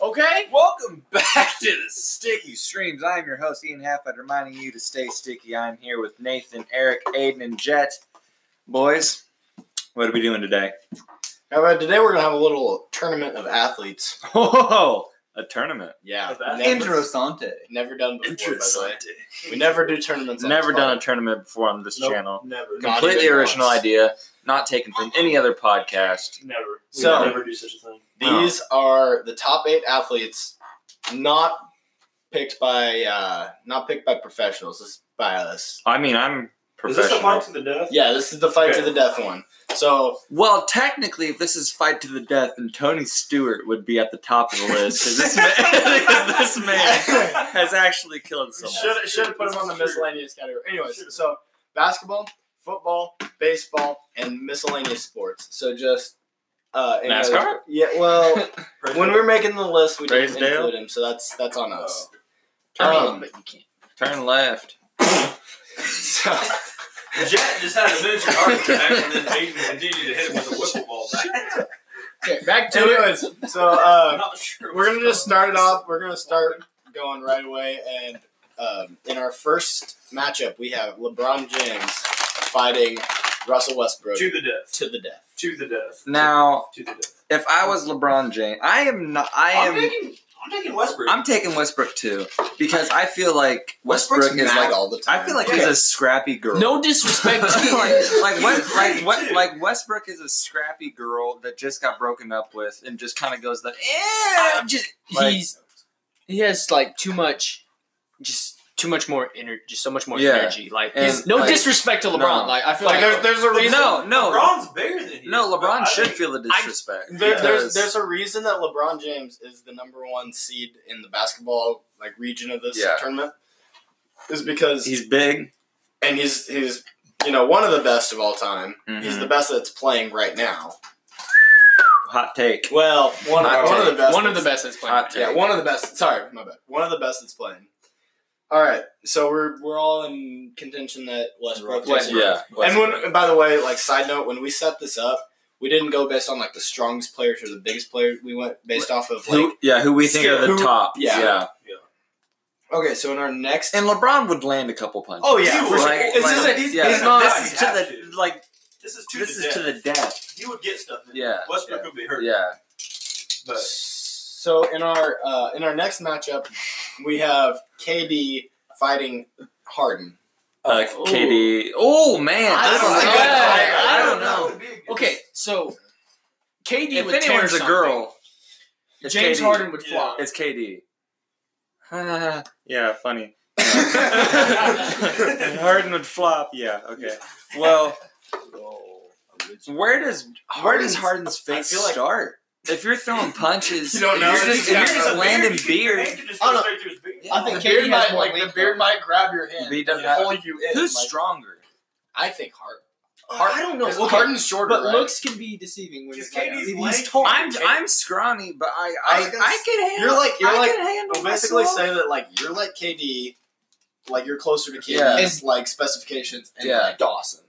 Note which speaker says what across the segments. Speaker 1: Okay?
Speaker 2: Welcome back to the Sticky Streams. I'm your host, Ian Halfett, reminding you to stay sticky. I'm here with Nathan, Eric, Aiden, and Jet. Boys, what are we doing today?
Speaker 3: All right, today we're gonna have a little tournament of athletes.
Speaker 2: Oh, a tournament.
Speaker 3: Yeah,
Speaker 1: Of athletes.
Speaker 3: never-
Speaker 4: Interessante.
Speaker 3: Never done before. By the way, we never do tournaments. on
Speaker 2: Never
Speaker 3: this
Speaker 2: done a
Speaker 3: pod.
Speaker 2: tournament before on this
Speaker 1: Nope,
Speaker 2: channel.
Speaker 1: Never.
Speaker 3: Not
Speaker 2: Completely
Speaker 3: even
Speaker 2: original
Speaker 3: once.
Speaker 2: idea, not taken from any other podcast.
Speaker 1: Never. We
Speaker 3: So-
Speaker 1: would never do such a thing.
Speaker 2: No.
Speaker 3: These are the top eight athletes, not picked by uh, not picked by professionals. This is by us.
Speaker 2: I mean, I'm
Speaker 1: Is this
Speaker 2: professional.
Speaker 1: a fight to the death?
Speaker 3: Yeah, this is the fight
Speaker 1: Okay.
Speaker 3: to the death one. So
Speaker 2: Well, technically, if this is fight to the death, then Tony Stewart would be at the top of the list because this, man- because this man has actually killed someone.
Speaker 3: should should have put them on the
Speaker 1: Sure.
Speaker 3: miscellaneous category. Anyways,
Speaker 1: Sure.
Speaker 3: so basketball, football, baseball, and miscellaneous sports. So just uh, any other-
Speaker 2: NASCAR?
Speaker 3: Yeah. Well, when we were making the list, we didn't
Speaker 2: Raised Dale?
Speaker 3: include him, so that's that's on us.
Speaker 2: Turn,
Speaker 4: Oh.
Speaker 3: Um,
Speaker 2: turn left.
Speaker 3: so,
Speaker 5: Jet just had a miniature heart attack and then Aiden continued to hit him with a whiffle ball back.
Speaker 3: okay, back to anyways. So uh,
Speaker 5: I'm not sure.
Speaker 3: we're gonna just start it off. We're gonna start going right away, and um, in our first matchup, we have LeBron James fighting Russell Westbrook
Speaker 1: To the death.
Speaker 3: to the death.
Speaker 1: To the death.
Speaker 2: Now,
Speaker 1: To the death.
Speaker 2: if I was LeBron James, I am not. I
Speaker 5: I'm
Speaker 2: am.
Speaker 5: taking, I'm taking Westbrook.
Speaker 2: I'm taking Westbrook too because I feel like Westbrook is
Speaker 3: mad
Speaker 2: like.
Speaker 3: all the time.
Speaker 2: I feel like
Speaker 3: Yeah.
Speaker 2: he's a scrappy girl.
Speaker 4: Um, No
Speaker 2: like,
Speaker 4: disrespect to you.
Speaker 2: like, West, like, what,
Speaker 5: Dude.
Speaker 2: like Westbrook is a scrappy girl that just got broken up with and just kind of goes the.
Speaker 4: I'm
Speaker 2: Eh.
Speaker 4: just
Speaker 2: Like-
Speaker 4: he's he has like too much, just too much more energy, just so much more
Speaker 2: Yeah.
Speaker 4: energy. Like
Speaker 2: And,
Speaker 4: he's- no
Speaker 2: like,
Speaker 4: disrespect to LeBron,
Speaker 2: no.
Speaker 4: like I feel
Speaker 3: Like
Speaker 4: like,
Speaker 3: there's, there's a reason.
Speaker 2: No, no,
Speaker 5: LeBron's bigger than he
Speaker 2: no.
Speaker 5: is, but I
Speaker 2: LeBron should
Speaker 5: think-
Speaker 2: feel the disrespect.
Speaker 3: There,
Speaker 2: because-
Speaker 3: there's there's a reason that LeBron James is the number one seed in the basketball like region of this
Speaker 2: Yeah.
Speaker 3: tournament, is because
Speaker 2: He's big.
Speaker 3: and he's he's you know one of the best of all time. He's
Speaker 2: Mhm.
Speaker 4: Mm-hmm.
Speaker 3: the best that's playing right now.
Speaker 2: Hot take.
Speaker 3: Well, one,
Speaker 2: Hot
Speaker 3: one of the
Speaker 2: take.
Speaker 3: best.
Speaker 4: one of the
Speaker 3: that's-
Speaker 4: best that's playing.
Speaker 2: Hot
Speaker 4: right
Speaker 2: take.
Speaker 3: Yeah, one of the best. Sorry, my bad. One of the best that's playing. All right, so we're we're all in contention that Westbrook.
Speaker 4: Westbrook.
Speaker 2: Yeah.
Speaker 3: And when, and by the way, like side note, when we set this up, we didn't go based on like the strongest players or the biggest player. We went based off of like
Speaker 2: who, yeah, who we think are the
Speaker 3: Who-
Speaker 2: top.
Speaker 3: yeah.
Speaker 2: yeah.
Speaker 3: Okay, so in our next,
Speaker 2: And LeBron would land a couple punches.
Speaker 3: oh yeah,
Speaker 5: You
Speaker 3: for sure.
Speaker 5: like-
Speaker 3: this
Speaker 5: like-
Speaker 3: isn't. He's,
Speaker 2: yeah.
Speaker 3: he's not.
Speaker 5: This
Speaker 2: This is
Speaker 5: is
Speaker 2: to
Speaker 5: have
Speaker 2: the
Speaker 5: to.
Speaker 2: like.
Speaker 5: This is to
Speaker 2: This
Speaker 5: the
Speaker 2: is
Speaker 5: death.
Speaker 2: to the death.
Speaker 5: He would get stuff in.
Speaker 2: Yeah,
Speaker 5: Westbrook
Speaker 2: yeah.
Speaker 5: would be hurt.
Speaker 2: Yeah.
Speaker 5: But
Speaker 3: So in our uh, in our next matchup, we have KD fighting Harden.
Speaker 2: Uh, KD. Oh man,
Speaker 4: I
Speaker 2: this
Speaker 4: don't
Speaker 2: is a
Speaker 4: know.
Speaker 2: good fight.
Speaker 4: I
Speaker 2: I
Speaker 4: don't
Speaker 2: don't know.
Speaker 5: That would be a good-
Speaker 4: Okay, so KD
Speaker 2: If
Speaker 4: would tear
Speaker 2: anyone's a
Speaker 4: something.
Speaker 2: girl, it's
Speaker 4: James
Speaker 2: KD.
Speaker 4: Harden would
Speaker 5: Yeah.
Speaker 4: flop.
Speaker 2: It's KD. yeah, funny. Harden would flop. Yeah. Okay. Well, where does where does
Speaker 3: Harden's-
Speaker 2: Harden's face
Speaker 3: I feel like-
Speaker 2: start? If you're throwing punches,
Speaker 3: You
Speaker 5: Oh,
Speaker 3: don't know.
Speaker 2: are just, if
Speaker 3: Yeah,
Speaker 2: you're
Speaker 3: it's
Speaker 2: just
Speaker 3: a
Speaker 2: landing
Speaker 5: You can-
Speaker 2: beer.
Speaker 5: you can just
Speaker 3: Oh, no.
Speaker 5: go straight through his beard.
Speaker 4: I think
Speaker 3: the beard
Speaker 4: KD has
Speaker 3: might
Speaker 4: more
Speaker 3: like the
Speaker 4: length,
Speaker 3: beard
Speaker 4: though.
Speaker 3: might grab your hand,
Speaker 2: He doesn't
Speaker 3: and
Speaker 2: have-
Speaker 3: pull you in.
Speaker 2: Who's
Speaker 3: like-
Speaker 2: stronger?
Speaker 3: I think Harden.
Speaker 5: I
Speaker 4: don't know.
Speaker 3: Because
Speaker 4: Okay,
Speaker 3: Harden's shorter,
Speaker 4: but
Speaker 3: right?
Speaker 4: looks can be deceiving when
Speaker 5: Because
Speaker 4: it's like-
Speaker 5: KD's
Speaker 4: he's
Speaker 5: length-
Speaker 4: tall.
Speaker 2: I'm
Speaker 3: K-
Speaker 2: I'm scrawny, but I
Speaker 3: I
Speaker 2: I,
Speaker 3: was
Speaker 2: I,
Speaker 3: gonna s-
Speaker 2: can handle.
Speaker 3: you're like- you're
Speaker 2: I
Speaker 3: like-
Speaker 2: can handle
Speaker 3: Well, basically
Speaker 2: myself.
Speaker 3: say that like you're like KD, like you're closer to KD's
Speaker 2: Yeah.
Speaker 3: like specifications and
Speaker 2: Yeah.
Speaker 3: like Dawson.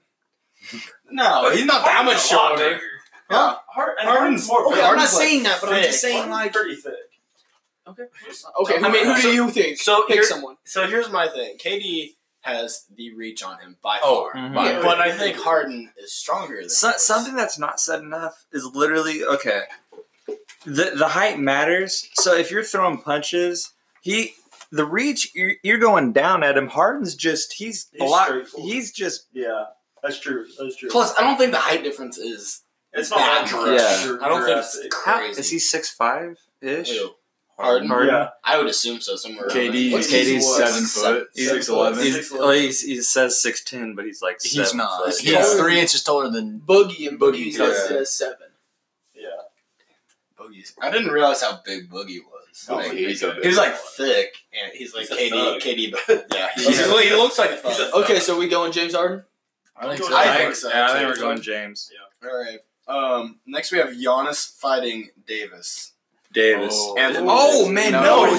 Speaker 3: No, he's not that much
Speaker 5: Harden's a lot
Speaker 3: shorter.
Speaker 5: bigger.
Speaker 3: Huh?
Speaker 5: Hard, and
Speaker 3: Harden's-
Speaker 5: Harden's more.
Speaker 3: okay,
Speaker 5: big.
Speaker 3: Harden's like
Speaker 4: that,
Speaker 3: thick.
Speaker 1: Harden's pretty thick.
Speaker 4: Okay,
Speaker 3: So
Speaker 4: I mean,
Speaker 3: who-
Speaker 4: who do you think?
Speaker 3: so
Speaker 4: pick
Speaker 3: you're-
Speaker 4: someone.
Speaker 3: So here's my thing: KD has the reach on him by
Speaker 2: Oh,
Speaker 3: far,
Speaker 2: mhm.
Speaker 4: Yeah.
Speaker 3: but I think Harden is stronger. Than
Speaker 2: So,
Speaker 3: him.
Speaker 2: something that's not said enough is literally okay. The the height matters. So if you're throwing punches, he the reach you're, you're going down at him. Harden's just he's, a
Speaker 1: He's
Speaker 2: lot.
Speaker 1: straightforward.
Speaker 2: He's just
Speaker 1: Yeah, that's true. That's true.
Speaker 3: Plus, I don't think the height difference is.
Speaker 1: it's not
Speaker 3: Yeah.
Speaker 1: that drastic.
Speaker 3: I don't think it's
Speaker 2: how,
Speaker 3: crazy.
Speaker 2: is he six five ish?
Speaker 3: Who? Harden?
Speaker 2: Harden.
Speaker 1: Yeah.
Speaker 3: I would assume so. Somewhere. around
Speaker 6: KD
Speaker 3: there.
Speaker 1: What's
Speaker 6: KD's
Speaker 1: his-
Speaker 6: seven
Speaker 3: what's
Speaker 6: foot,
Speaker 3: his-
Speaker 6: six eleven.
Speaker 2: He's, well, he's, he says six ten, but he's like
Speaker 6: He's
Speaker 2: seven
Speaker 6: not.
Speaker 2: foot.
Speaker 6: He's
Speaker 4: Yeah.
Speaker 6: three inches taller than.
Speaker 4: Boogie and
Speaker 6: Boogie,
Speaker 4: Boogie's like
Speaker 2: yeah.
Speaker 4: uh, seven.
Speaker 1: Yeah.
Speaker 3: Boogie's- I didn't realize how big Boogie was.
Speaker 1: Oh,
Speaker 3: Like,
Speaker 6: he's a
Speaker 3: he was like thick, and he's like KD.
Speaker 5: He's a thug.
Speaker 3: KD, but yeah, he's,
Speaker 2: Yeah.
Speaker 3: he looks like a thug.
Speaker 5: He's a
Speaker 4: Okay, so we going James Harden?
Speaker 6: I think
Speaker 3: I
Speaker 6: so.
Speaker 3: think so,
Speaker 2: Yeah, I
Speaker 3: too.
Speaker 2: think we're going James.
Speaker 3: All right. Um, next we have Giannis fighting Davis.
Speaker 6: Davis.
Speaker 3: Anthony
Speaker 2: Oh,
Speaker 3: Davis.
Speaker 2: man,
Speaker 3: no.
Speaker 2: no, Gian-
Speaker 3: Giannis, bro.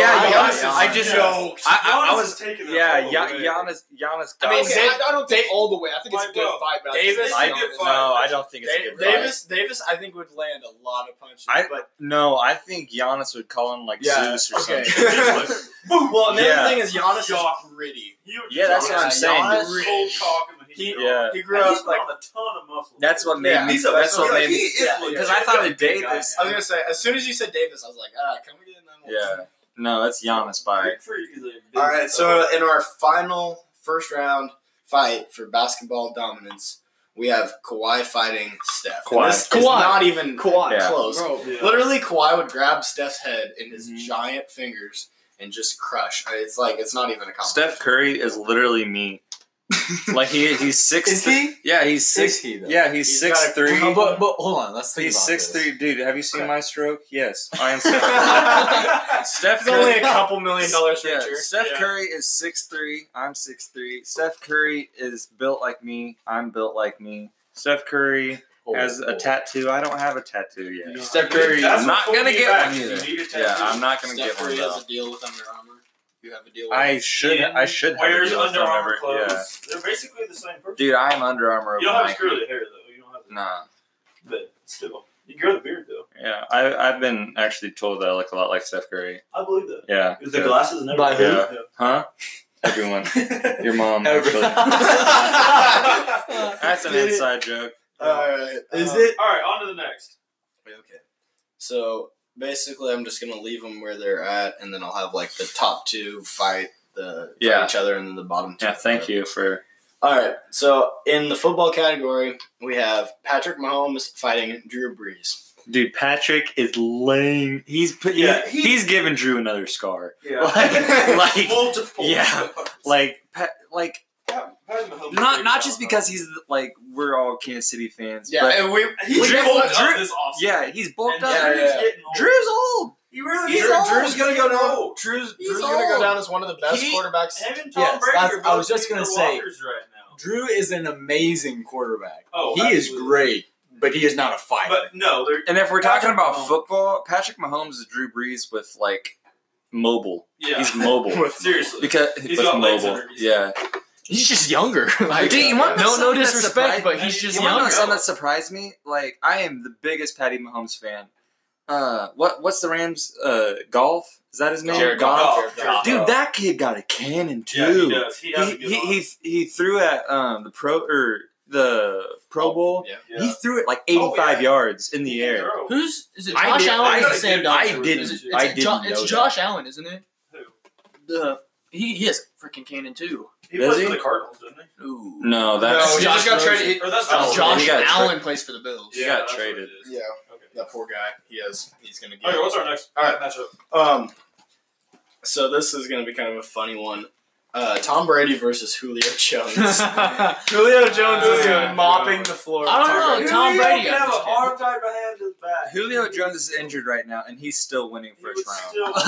Speaker 2: yeah,
Speaker 3: I
Speaker 2: Giannis.
Speaker 3: got
Speaker 2: I just-
Speaker 5: Giannis.
Speaker 2: I- I- I
Speaker 5: Giannis
Speaker 2: was-
Speaker 5: is taking that
Speaker 2: Yeah,
Speaker 5: all
Speaker 2: Ya-
Speaker 5: away.
Speaker 2: Giannis. Giannis.
Speaker 4: I mean,
Speaker 2: Dawes.
Speaker 3: Okay, I I don't think all the way. I think it's
Speaker 5: Why,
Speaker 3: a good
Speaker 5: bro?
Speaker 3: five. but I
Speaker 5: Davis-
Speaker 3: think
Speaker 2: I
Speaker 3: it's
Speaker 5: did
Speaker 3: not-
Speaker 5: five.
Speaker 2: no, I don't think it's a
Speaker 3: Da-
Speaker 2: good fight.
Speaker 3: Davis, Davis, I think would land a lot of punches.
Speaker 2: I-
Speaker 3: but
Speaker 2: No, I think Giannis would call him like
Speaker 3: Yeah,
Speaker 2: Zeus or
Speaker 3: okay.
Speaker 2: something.
Speaker 3: well, another
Speaker 2: Yeah.
Speaker 3: thing is Giannis
Speaker 5: Shock.
Speaker 3: is gritty.
Speaker 5: You-
Speaker 2: Yeah, that's what I'm
Speaker 5: Giannis
Speaker 2: saying.
Speaker 5: is cold talking when he's
Speaker 3: He-
Speaker 5: young.
Speaker 2: Yeah,
Speaker 3: He grew
Speaker 5: And he's
Speaker 3: up
Speaker 5: put
Speaker 3: like
Speaker 5: on a ton of muscle.
Speaker 2: that's what made
Speaker 3: Yeah.
Speaker 2: me.
Speaker 5: He's a
Speaker 2: That's what
Speaker 5: wrestler.
Speaker 2: made
Speaker 5: He
Speaker 2: me.
Speaker 5: is
Speaker 3: yeah,
Speaker 5: legit.
Speaker 2: Because I thought of
Speaker 5: He's a big
Speaker 2: Davis.
Speaker 5: guy.
Speaker 3: I was gonna say, as soon as you said Davis, I was like, ah, can we get in on one?
Speaker 2: Yeah. No, that's Giannis by.
Speaker 5: Big freak is a big
Speaker 3: All right, so
Speaker 5: fella.
Speaker 3: in our final first round fight for basketball dominance, we have Kawhi fighting Steph. And
Speaker 2: Kawhi.
Speaker 3: this is
Speaker 4: Kawhi.
Speaker 3: not even
Speaker 4: Kawhi.
Speaker 2: Yeah.
Speaker 3: close.
Speaker 4: Bro,
Speaker 5: Yeah.
Speaker 3: Literally, Kawhi would grab Steph's head in his
Speaker 2: Mhm.
Speaker 3: giant fingers and just crush. I- It's like it's not even a competition.
Speaker 2: Steph Curry is literally me. Like he he's six.
Speaker 6: he?
Speaker 2: Yeah, he's six.
Speaker 6: Is he though?
Speaker 2: Yeah, he's
Speaker 3: He's
Speaker 2: six
Speaker 3: got a-
Speaker 2: three.
Speaker 6: Oh, but but hold on, let's think
Speaker 2: He's
Speaker 6: about
Speaker 2: six
Speaker 6: this.
Speaker 2: three, dude. Have you seen my stroke? Yes, I am. Steph
Speaker 3: It's only
Speaker 2: Curry.
Speaker 3: a couple million dollars
Speaker 2: Yeah,
Speaker 3: richer.
Speaker 2: Steph
Speaker 5: Yeah.
Speaker 2: Curry is six three. I'm six three. Steph Curry is built like me. I'm built like me. Steph Curry
Speaker 6: Oh,
Speaker 2: has
Speaker 6: oh.
Speaker 2: a tattoo. I don't have a tattoo yet.
Speaker 4: Steph Curry.
Speaker 5: That's
Speaker 2: I'm
Speaker 5: what
Speaker 2: not
Speaker 5: pulled
Speaker 2: gonna
Speaker 5: me
Speaker 2: get
Speaker 5: back.
Speaker 2: one
Speaker 5: You
Speaker 2: either.
Speaker 5: need a
Speaker 2: Yeah,
Speaker 5: tattoo.
Speaker 2: I'm not gonna
Speaker 3: Steph
Speaker 2: get one
Speaker 3: Curry
Speaker 2: though.
Speaker 3: has a deal with Under Armour. You have a deal. With
Speaker 2: I should. I should have. a
Speaker 5: Wears
Speaker 2: deal with
Speaker 5: Under Armour
Speaker 2: Under-
Speaker 5: clothes. They're basically the same
Speaker 2: Yeah.
Speaker 5: person.
Speaker 2: Dude, I am Under Armour.
Speaker 5: You don't have
Speaker 2: overnight.
Speaker 5: his curly hair though. You don't have. The,
Speaker 2: Nah.
Speaker 5: But still, you grow the beard though.
Speaker 2: Yeah, I, I've been actually told that I look a lot like Steph Curry.
Speaker 5: I believe that.
Speaker 2: Yeah.
Speaker 5: With the glasses and everything.
Speaker 2: By Huh? Everyone. Your mom.
Speaker 4: Everyone.
Speaker 2: Actually.
Speaker 5: Yeah.
Speaker 2: That's an inside joke.
Speaker 3: All right. Is
Speaker 6: Uh-huh.
Speaker 4: Uh,
Speaker 3: it
Speaker 5: All right, on to the next.
Speaker 3: Okay. So basically, I'm just gonna leave them where they're at, and then I'll have like the top two fight the fight
Speaker 2: Yeah.
Speaker 3: each other, and then the bottom two.
Speaker 2: Yeah, thank you for.
Speaker 3: All right. So in the football category, we have Patrick Mahomes fighting Drew Brees.
Speaker 2: Dude, Patrick is laying. He's put.
Speaker 5: Yeah,
Speaker 2: Yeah,
Speaker 5: he-
Speaker 2: he's giving Drew another scar.
Speaker 5: Yeah.
Speaker 2: Like, like,
Speaker 5: Multiple.
Speaker 2: yeah. like, pa- like not not just because he's like we're all Kansas City fans. Yeah, but
Speaker 3: and we
Speaker 5: He
Speaker 2: Drew-
Speaker 5: bulked up
Speaker 2: Drew-
Speaker 5: this offseason.
Speaker 2: yeah, he's bulked
Speaker 5: And
Speaker 2: up.
Speaker 3: yeah,
Speaker 5: Drew's
Speaker 3: yeah.
Speaker 5: getting old.
Speaker 2: Drew's old.
Speaker 5: He really
Speaker 2: He's
Speaker 5: is.
Speaker 2: old.
Speaker 3: Drew's gonna go
Speaker 5: getting
Speaker 3: down.
Speaker 5: old.
Speaker 3: Drew's,
Speaker 2: He's
Speaker 3: Drew's gonna go
Speaker 2: old.
Speaker 3: down as one of the best
Speaker 6: He-
Speaker 3: quarterbacks.
Speaker 5: Him and Tom
Speaker 6: Yes,
Speaker 5: Brady
Speaker 6: that's-
Speaker 5: are both
Speaker 6: I was just
Speaker 5: leading
Speaker 6: gonna
Speaker 5: the
Speaker 6: say-
Speaker 5: Walkers right now.
Speaker 6: Drew is an amazing quarterback.
Speaker 5: Oh,
Speaker 6: he
Speaker 5: absolutely.
Speaker 6: is great, but he is not a fighter.
Speaker 5: But no, they're
Speaker 2: And if we're talking
Speaker 5: Patrick
Speaker 2: about
Speaker 5: Mahomes.
Speaker 2: football, Patrick Mahomes is Drew Brees with like mobile.
Speaker 5: yeah.
Speaker 2: He's mobile
Speaker 5: Seriously.
Speaker 2: because
Speaker 5: He's
Speaker 2: with
Speaker 5: got legs
Speaker 2: mobile.
Speaker 5: under his-
Speaker 2: Yeah.
Speaker 4: he's just younger. like,
Speaker 2: Dude, you want
Speaker 4: no, no
Speaker 2: something that
Speaker 4: disrespect,
Speaker 2: surprised-
Speaker 4: but he's just
Speaker 2: you want to know
Speaker 4: younger.
Speaker 2: something that surprised me? Like I am the biggest Patty Mahomes fan. Uh, what what's the Rams? Uh, golf is that his name?
Speaker 4: Jared
Speaker 2: Goff.
Speaker 5: Goff. Goff. Uh,
Speaker 2: Dude, that kid got a cannon too.
Speaker 5: Yeah, he does. He has
Speaker 2: he
Speaker 5: a good
Speaker 2: he,
Speaker 5: arm.
Speaker 2: he, he threw at um, the pro or the Pro Bowl.
Speaker 3: Yeah.
Speaker 5: Oh, Yeah. Oh,
Speaker 2: He threw it like 85
Speaker 5: yeah.
Speaker 2: yards in
Speaker 5: He
Speaker 2: the
Speaker 5: can
Speaker 2: air.
Speaker 5: throw.
Speaker 4: Who's is it?
Speaker 2: I
Speaker 4: Josh
Speaker 2: did-
Speaker 4: Allen
Speaker 2: I
Speaker 4: or is it
Speaker 2: did-
Speaker 4: Sam
Speaker 2: I
Speaker 4: Darnold?
Speaker 2: didn't-
Speaker 4: Is it- It's,
Speaker 2: I
Speaker 4: a Jo-
Speaker 2: didn't
Speaker 4: it's
Speaker 2: know
Speaker 4: Josh Allen, isn't it?
Speaker 5: Who?
Speaker 4: The he, he has freaking cannon too.
Speaker 5: He
Speaker 2: Does
Speaker 5: plays
Speaker 2: he?
Speaker 5: for the Cardinals, doesn't he?
Speaker 4: Ooh.
Speaker 2: No,
Speaker 3: No,
Speaker 2: that's
Speaker 3: he just got
Speaker 4: Josh-
Speaker 3: traded.
Speaker 5: Or that's
Speaker 2: Oh,
Speaker 5: Josh.
Speaker 4: Josh
Speaker 2: he got
Speaker 4: Allen plays for the Bills.
Speaker 2: he
Speaker 5: Yeah,
Speaker 2: got
Speaker 5: that's what
Speaker 2: traded.
Speaker 5: it is.
Speaker 3: Yeah,
Speaker 5: Okay.
Speaker 3: that poor guy. He has. He's gonna get.
Speaker 5: Okay, what's our next
Speaker 3: All right.
Speaker 5: matchup?
Speaker 3: Um, so this is going to be kind of a funny one. Uh, Tom Brady versus Julio Jones.
Speaker 4: I
Speaker 3: Julio
Speaker 4: Jones is
Speaker 5: mopping
Speaker 3: the floor.
Speaker 4: don't know. Tom Brady.
Speaker 5: can
Speaker 4: I'm
Speaker 5: have a
Speaker 4: just kidding.
Speaker 5: hard time behind his back.
Speaker 2: Julio Jones is injured right now, and he's still winning
Speaker 5: He
Speaker 2: first
Speaker 5: would
Speaker 2: round.
Speaker 5: still-
Speaker 2: like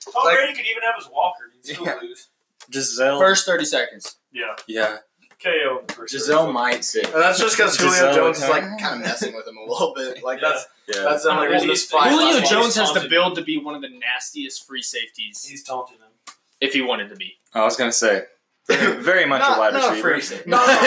Speaker 5: Tom
Speaker 2: Like-
Speaker 5: Brady could even have his Walker. and He'd still
Speaker 2: Yeah.
Speaker 5: lose.
Speaker 2: Giselle.
Speaker 4: First thirty seconds.
Speaker 5: Yeah.
Speaker 2: yeah,
Speaker 5: KO. in the first
Speaker 6: Giselle
Speaker 5: round.
Speaker 6: might sit.
Speaker 3: that's just because Julio
Speaker 2: Giselle
Speaker 3: Jones is like
Speaker 2: Toney.
Speaker 3: kind of messing with him a little bit. Like
Speaker 5: Yeah.
Speaker 3: that's
Speaker 2: yeah.
Speaker 3: that's the only
Speaker 5: Tom
Speaker 3: reason
Speaker 5: Brady's-
Speaker 3: this fight.
Speaker 4: Julio
Speaker 5: he's
Speaker 4: Jones has the
Speaker 5: talented.
Speaker 4: build to be one of the nastiest free safeties
Speaker 5: He's taunting him.
Speaker 4: if he wanted to be.
Speaker 2: I was gonna say, very much
Speaker 3: Not-
Speaker 2: a wide
Speaker 3: not a
Speaker 2: receiver.
Speaker 3: free safety. No, no, no,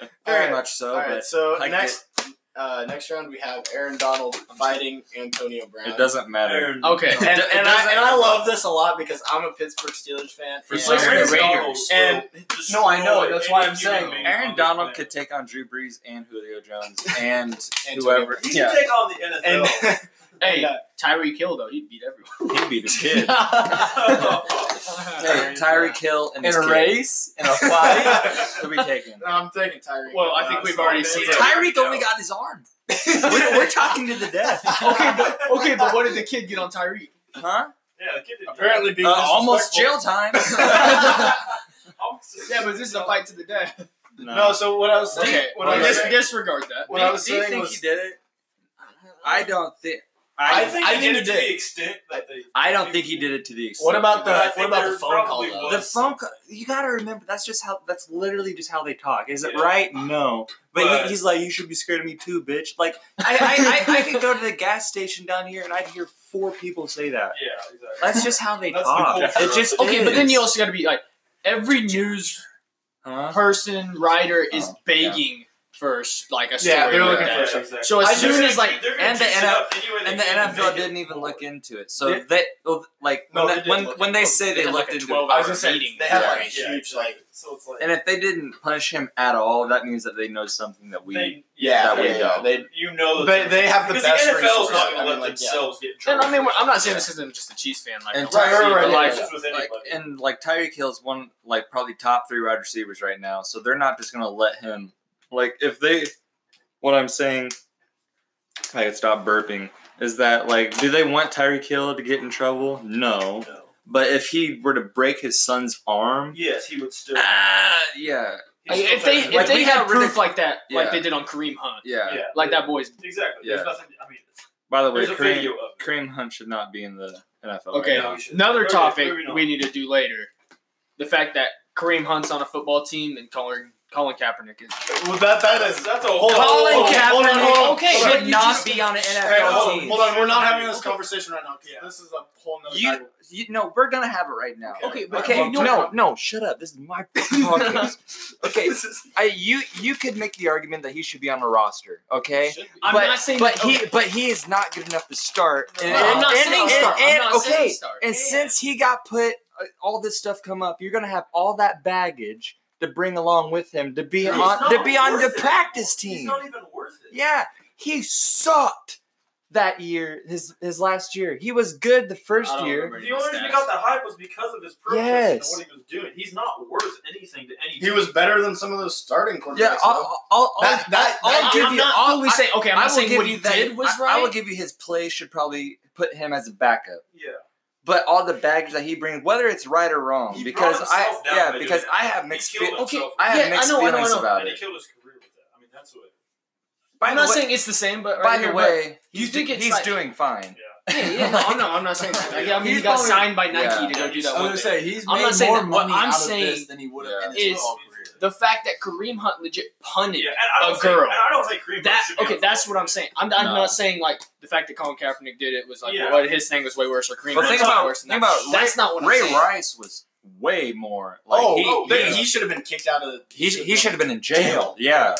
Speaker 3: but
Speaker 2: very
Speaker 3: Alright,
Speaker 2: much so.
Speaker 3: All right,
Speaker 2: but
Speaker 3: so
Speaker 2: Oh, I get-
Speaker 3: next uh, next round we have Aaron Donald fighting Antonio Brown.
Speaker 2: it doesn't matter.
Speaker 5: Aaron-
Speaker 4: Okay.
Speaker 3: And,
Speaker 2: It
Speaker 3: and
Speaker 2: doesn't-
Speaker 3: I and I love this a lot because I'm a Pittsburgh Steelers fan.
Speaker 2: For
Speaker 3: and-
Speaker 2: some
Speaker 4: Aaron
Speaker 5: Aaron
Speaker 4: Raiders.
Speaker 5: Donald's
Speaker 3: And-
Speaker 5: will destroy
Speaker 3: No, I know, that's why
Speaker 5: any
Speaker 3: I'm
Speaker 5: human
Speaker 3: saying
Speaker 5: being on
Speaker 2: Aaron
Speaker 5: this
Speaker 2: Donald
Speaker 5: planet.
Speaker 2: could take on Drew Brees and Julio Jones and
Speaker 3: Antonio
Speaker 2: whoever.
Speaker 5: He
Speaker 2: Yeah,
Speaker 5: can take on the NFL.
Speaker 3: and
Speaker 4: Hey, Tyree Kill though, he'd beat everyone.
Speaker 2: he beat his kid. hey,
Speaker 4: hey,
Speaker 2: Tyreek Hill and
Speaker 6: In
Speaker 2: his
Speaker 6: a
Speaker 2: kid.
Speaker 6: race, in a fight.
Speaker 2: He'll be taken.
Speaker 3: No, I'm taking Tyreek.
Speaker 4: Well, I think we've already seen it.
Speaker 2: Tyreek only got his arm. We're, we're talking to the death,
Speaker 4: okay, but okay, but what did the kid get on Tyreek?
Speaker 2: huh?
Speaker 5: yeah, the kid did
Speaker 3: apparently being
Speaker 2: Uh, almost jail time.
Speaker 4: Yeah, but this is a fight to the death.
Speaker 3: no, so what I was saying,
Speaker 4: Okay,
Speaker 3: what
Speaker 2: well,
Speaker 3: I
Speaker 2: this-
Speaker 3: was
Speaker 4: dis-
Speaker 3: saying,
Speaker 4: disregard that.
Speaker 3: what
Speaker 2: do,
Speaker 3: I was
Speaker 2: do you
Speaker 3: saying
Speaker 2: think
Speaker 3: was
Speaker 2: he did it? I don't think.
Speaker 5: I,
Speaker 2: I,
Speaker 5: think
Speaker 3: I
Speaker 5: he
Speaker 3: think
Speaker 5: did it
Speaker 3: he
Speaker 5: to
Speaker 3: did.
Speaker 5: the extent that they.
Speaker 2: I don't think he did it to the extent.
Speaker 3: What about
Speaker 5: But I
Speaker 3: the
Speaker 5: think
Speaker 3: what about
Speaker 5: there
Speaker 3: the phone call?
Speaker 5: probably
Speaker 3: though?
Speaker 5: was
Speaker 2: the phone call? You got to remember that's just how that's literally just how they talk. Is it
Speaker 5: Yeah.
Speaker 2: right? No. But, he-
Speaker 5: But-
Speaker 2: he's like, you should be scared of me too, bitch. Like I, I, I, I could go to the gas station down here and I'd hear four people say that.
Speaker 5: Yeah, exactly.
Speaker 2: That's just how they
Speaker 5: That's the
Speaker 2: talk.
Speaker 5: culture
Speaker 2: It just
Speaker 4: Okay, but then
Speaker 2: is.
Speaker 4: you also got to be like every news
Speaker 2: Huh?
Speaker 4: person writer is
Speaker 6: Oh,
Speaker 4: begging for s- like a story.
Speaker 3: Yeah, they're
Speaker 4: like
Speaker 3: looking
Speaker 5: Yeah,
Speaker 4: that.
Speaker 3: for something.
Speaker 5: exactly.
Speaker 4: So as
Speaker 2: I
Speaker 4: soon
Speaker 2: just-
Speaker 4: as like
Speaker 5: They're gonna
Speaker 2: and the
Speaker 5: juice it
Speaker 2: NF
Speaker 5: up any way they
Speaker 2: and the
Speaker 5: can to
Speaker 2: NFL
Speaker 5: make it
Speaker 2: didn't even
Speaker 5: work.
Speaker 2: look into it. So
Speaker 3: Yeah.
Speaker 2: they well, like
Speaker 3: No,
Speaker 2: when
Speaker 3: they
Speaker 2: that,
Speaker 3: did
Speaker 2: when,
Speaker 3: look
Speaker 2: when they say they
Speaker 4: had, like,
Speaker 2: looked
Speaker 4: a
Speaker 2: into it,
Speaker 4: 12
Speaker 3: I was gonna say
Speaker 4: Meeting.
Speaker 3: they have
Speaker 5: Yeah,
Speaker 3: like a
Speaker 5: yeah,
Speaker 3: huge like
Speaker 5: So it's like
Speaker 2: and if they didn't punish him at all, that means that they know something that we.
Speaker 5: they,
Speaker 3: yeah
Speaker 2: that we
Speaker 3: yeah,
Speaker 2: don't.
Speaker 3: yeah, they
Speaker 5: you know
Speaker 3: They-
Speaker 5: that
Speaker 3: they have the
Speaker 5: because
Speaker 3: best
Speaker 5: the NFL's
Speaker 3: resources.
Speaker 5: not going
Speaker 3: I
Speaker 5: to
Speaker 3: mean,
Speaker 5: let
Speaker 3: like, yeah.
Speaker 5: themselves get
Speaker 4: And
Speaker 5: drunk.
Speaker 4: I mean, we're- I'm not saying this isn't just a Chiefs fan. Like,
Speaker 2: And
Speaker 4: I'm not
Speaker 3: Right, right,
Speaker 4: saying,
Speaker 3: right,
Speaker 4: but,
Speaker 3: yeah,
Speaker 4: like,
Speaker 5: It's just with
Speaker 2: like
Speaker 5: anybody.
Speaker 2: and like Tyreek Hill's one like probably top three wide receivers right now, so they're not just gonna let him like if they what I'm saying if I could stop burping is that like do they want Tyreek Hill to get in trouble? No.
Speaker 5: No.
Speaker 2: But if he were to break his son's arm
Speaker 5: Yes, he would still.
Speaker 2: ah, yeah,
Speaker 5: he's
Speaker 4: Like,
Speaker 5: still
Speaker 4: if they
Speaker 5: better.
Speaker 4: if
Speaker 2: Like,
Speaker 4: they
Speaker 2: we
Speaker 4: had
Speaker 2: got rid of-
Speaker 4: proof like that,
Speaker 2: Yeah.
Speaker 4: like they did on Kareem Hunt,
Speaker 2: yeah,
Speaker 5: yeah,
Speaker 4: like that boy's
Speaker 5: Exactly.
Speaker 2: Yeah.
Speaker 5: There's nothing. I mean,
Speaker 2: By the way,
Speaker 5: there's a
Speaker 2: Kareem,
Speaker 5: video of it.
Speaker 2: Kareem Hunt should not be in the NFL.
Speaker 4: Okay.
Speaker 2: Right now.
Speaker 5: No, we shouldn't.
Speaker 4: another
Speaker 5: Okay,
Speaker 4: topic
Speaker 5: moving on.
Speaker 4: we need to do later. The fact that Kareem Hunt's on a football team and Colin Colin Kaepernick is
Speaker 3: well that that is
Speaker 5: That's a whole.
Speaker 3: Colin
Speaker 5: whole-
Speaker 3: Kaepernick
Speaker 5: whole-
Speaker 3: okay,
Speaker 5: hold on,
Speaker 2: should
Speaker 5: you
Speaker 2: not
Speaker 5: just-
Speaker 2: be on an NFL
Speaker 3: Hey, hold, on,
Speaker 2: team.
Speaker 3: hold on, we're not having this conversation right now. 'cause This is a whole nother
Speaker 2: You,
Speaker 3: topic.
Speaker 2: you no, we're gonna have it right now.
Speaker 4: Okay,
Speaker 3: but-
Speaker 2: okay,
Speaker 3: well,
Speaker 2: no, no, shut up. This is my podcast. okay,
Speaker 3: This is-
Speaker 2: I, you you could make the argument that he should be on a roster. Okay,
Speaker 3: should be.
Speaker 4: I'm
Speaker 2: but,
Speaker 4: not saying
Speaker 2: but
Speaker 4: that-
Speaker 2: he
Speaker 4: okay.
Speaker 2: but he is not good enough to start.
Speaker 3: No,
Speaker 2: And,
Speaker 4: I'm not
Speaker 2: and-
Speaker 4: saying
Speaker 2: and-
Speaker 4: start. I'm
Speaker 2: and-
Speaker 4: not
Speaker 2: okay,
Speaker 4: saying start.
Speaker 2: and since he got put, uh, all this stuff come up. You're gonna have all that baggage to bring along with him to be
Speaker 5: It's
Speaker 2: on
Speaker 5: not
Speaker 2: to be on the
Speaker 5: worth it.
Speaker 2: practice
Speaker 5: He's
Speaker 2: team.
Speaker 5: not even worth it.
Speaker 2: Yeah, he sucked that year. His his last year, he was good the first
Speaker 6: I don't
Speaker 2: year.
Speaker 6: remember.
Speaker 5: The only reason he got the hype was because of his purpose
Speaker 2: Yes.
Speaker 5: and what he was doing. He's not worth anything to any.
Speaker 3: He was better than some of those starting quarterbacks.
Speaker 2: Yeah,
Speaker 3: though.
Speaker 2: I'll, I'll, I'll,
Speaker 3: That- that-
Speaker 2: I'll, I'll
Speaker 3: that-
Speaker 2: give
Speaker 4: I'm
Speaker 2: you.
Speaker 4: not
Speaker 2: I'll,
Speaker 4: fully
Speaker 2: I-
Speaker 4: saying okay. I'm
Speaker 2: I
Speaker 4: not
Speaker 2: will
Speaker 4: saying
Speaker 2: give
Speaker 4: what
Speaker 2: you
Speaker 4: he
Speaker 2: that-
Speaker 4: did was
Speaker 2: I-
Speaker 4: right.
Speaker 2: I will give you his play should probably put him as a backup.
Speaker 5: Yeah.
Speaker 2: But all the baggage that he brings, whether it's right or wrong,
Speaker 5: He
Speaker 2: because
Speaker 5: brought
Speaker 2: I
Speaker 5: himself down by
Speaker 2: yeah,
Speaker 5: doing
Speaker 2: because
Speaker 5: that.
Speaker 2: I have
Speaker 5: He
Speaker 2: mixed
Speaker 5: killed
Speaker 2: fe-
Speaker 5: himself.
Speaker 4: Okay,
Speaker 2: I have
Speaker 4: Yeah, I
Speaker 2: mixed
Speaker 4: know, I know, I
Speaker 2: feelings
Speaker 4: know.
Speaker 2: about
Speaker 5: and he
Speaker 2: it.
Speaker 5: killed his career with that. I mean, that's what.
Speaker 2: By
Speaker 4: I'm
Speaker 2: the
Speaker 4: not
Speaker 2: way-
Speaker 4: saying it's the same, but
Speaker 2: by
Speaker 4: right
Speaker 2: the
Speaker 4: here,
Speaker 2: way,
Speaker 4: you
Speaker 2: he's,
Speaker 4: think it's
Speaker 2: he's
Speaker 4: like-
Speaker 2: doing fine.
Speaker 4: but- yeah, yeah, no, no, I'm not saying that. Like, I mean,
Speaker 2: He's
Speaker 4: he got
Speaker 2: probably-
Speaker 4: signed by Nike
Speaker 2: yeah.
Speaker 4: to go do
Speaker 6: I
Speaker 4: that
Speaker 6: was
Speaker 4: one
Speaker 6: gonna
Speaker 4: thing.
Speaker 6: say he's
Speaker 4: I'm
Speaker 6: made
Speaker 4: not saying
Speaker 6: more
Speaker 4: that. What
Speaker 6: money
Speaker 4: I'm
Speaker 6: out of
Speaker 4: saying
Speaker 6: this than he would have
Speaker 2: Yeah.
Speaker 6: in his
Speaker 4: is-
Speaker 6: football career.
Speaker 4: The fact that Kareem Hunt legit punted
Speaker 5: Yeah, and I don't
Speaker 4: A
Speaker 5: think,
Speaker 4: girl.
Speaker 5: And I don't think Kareem
Speaker 4: That
Speaker 5: should be
Speaker 4: okay,
Speaker 5: on
Speaker 4: that's
Speaker 5: football.
Speaker 4: what I'm saying. I'm, I'm
Speaker 2: No.
Speaker 4: not saying like the fact that Colin Kaepernick did it was like
Speaker 5: Yeah.
Speaker 4: well, his thing was way worse or Kareem
Speaker 5: But
Speaker 4: Hunt's
Speaker 5: think
Speaker 4: was
Speaker 2: about-
Speaker 4: worse. than
Speaker 2: think
Speaker 4: that.
Speaker 2: about
Speaker 4: that's not what I'm
Speaker 2: Ray
Speaker 4: saying.
Speaker 2: Rice was way more like
Speaker 3: oh,
Speaker 2: he,
Speaker 5: oh,
Speaker 3: they-
Speaker 5: yeah.
Speaker 3: he should have been kicked out of. the
Speaker 2: he he should have been in jail.
Speaker 3: Jail.
Speaker 2: Yeah,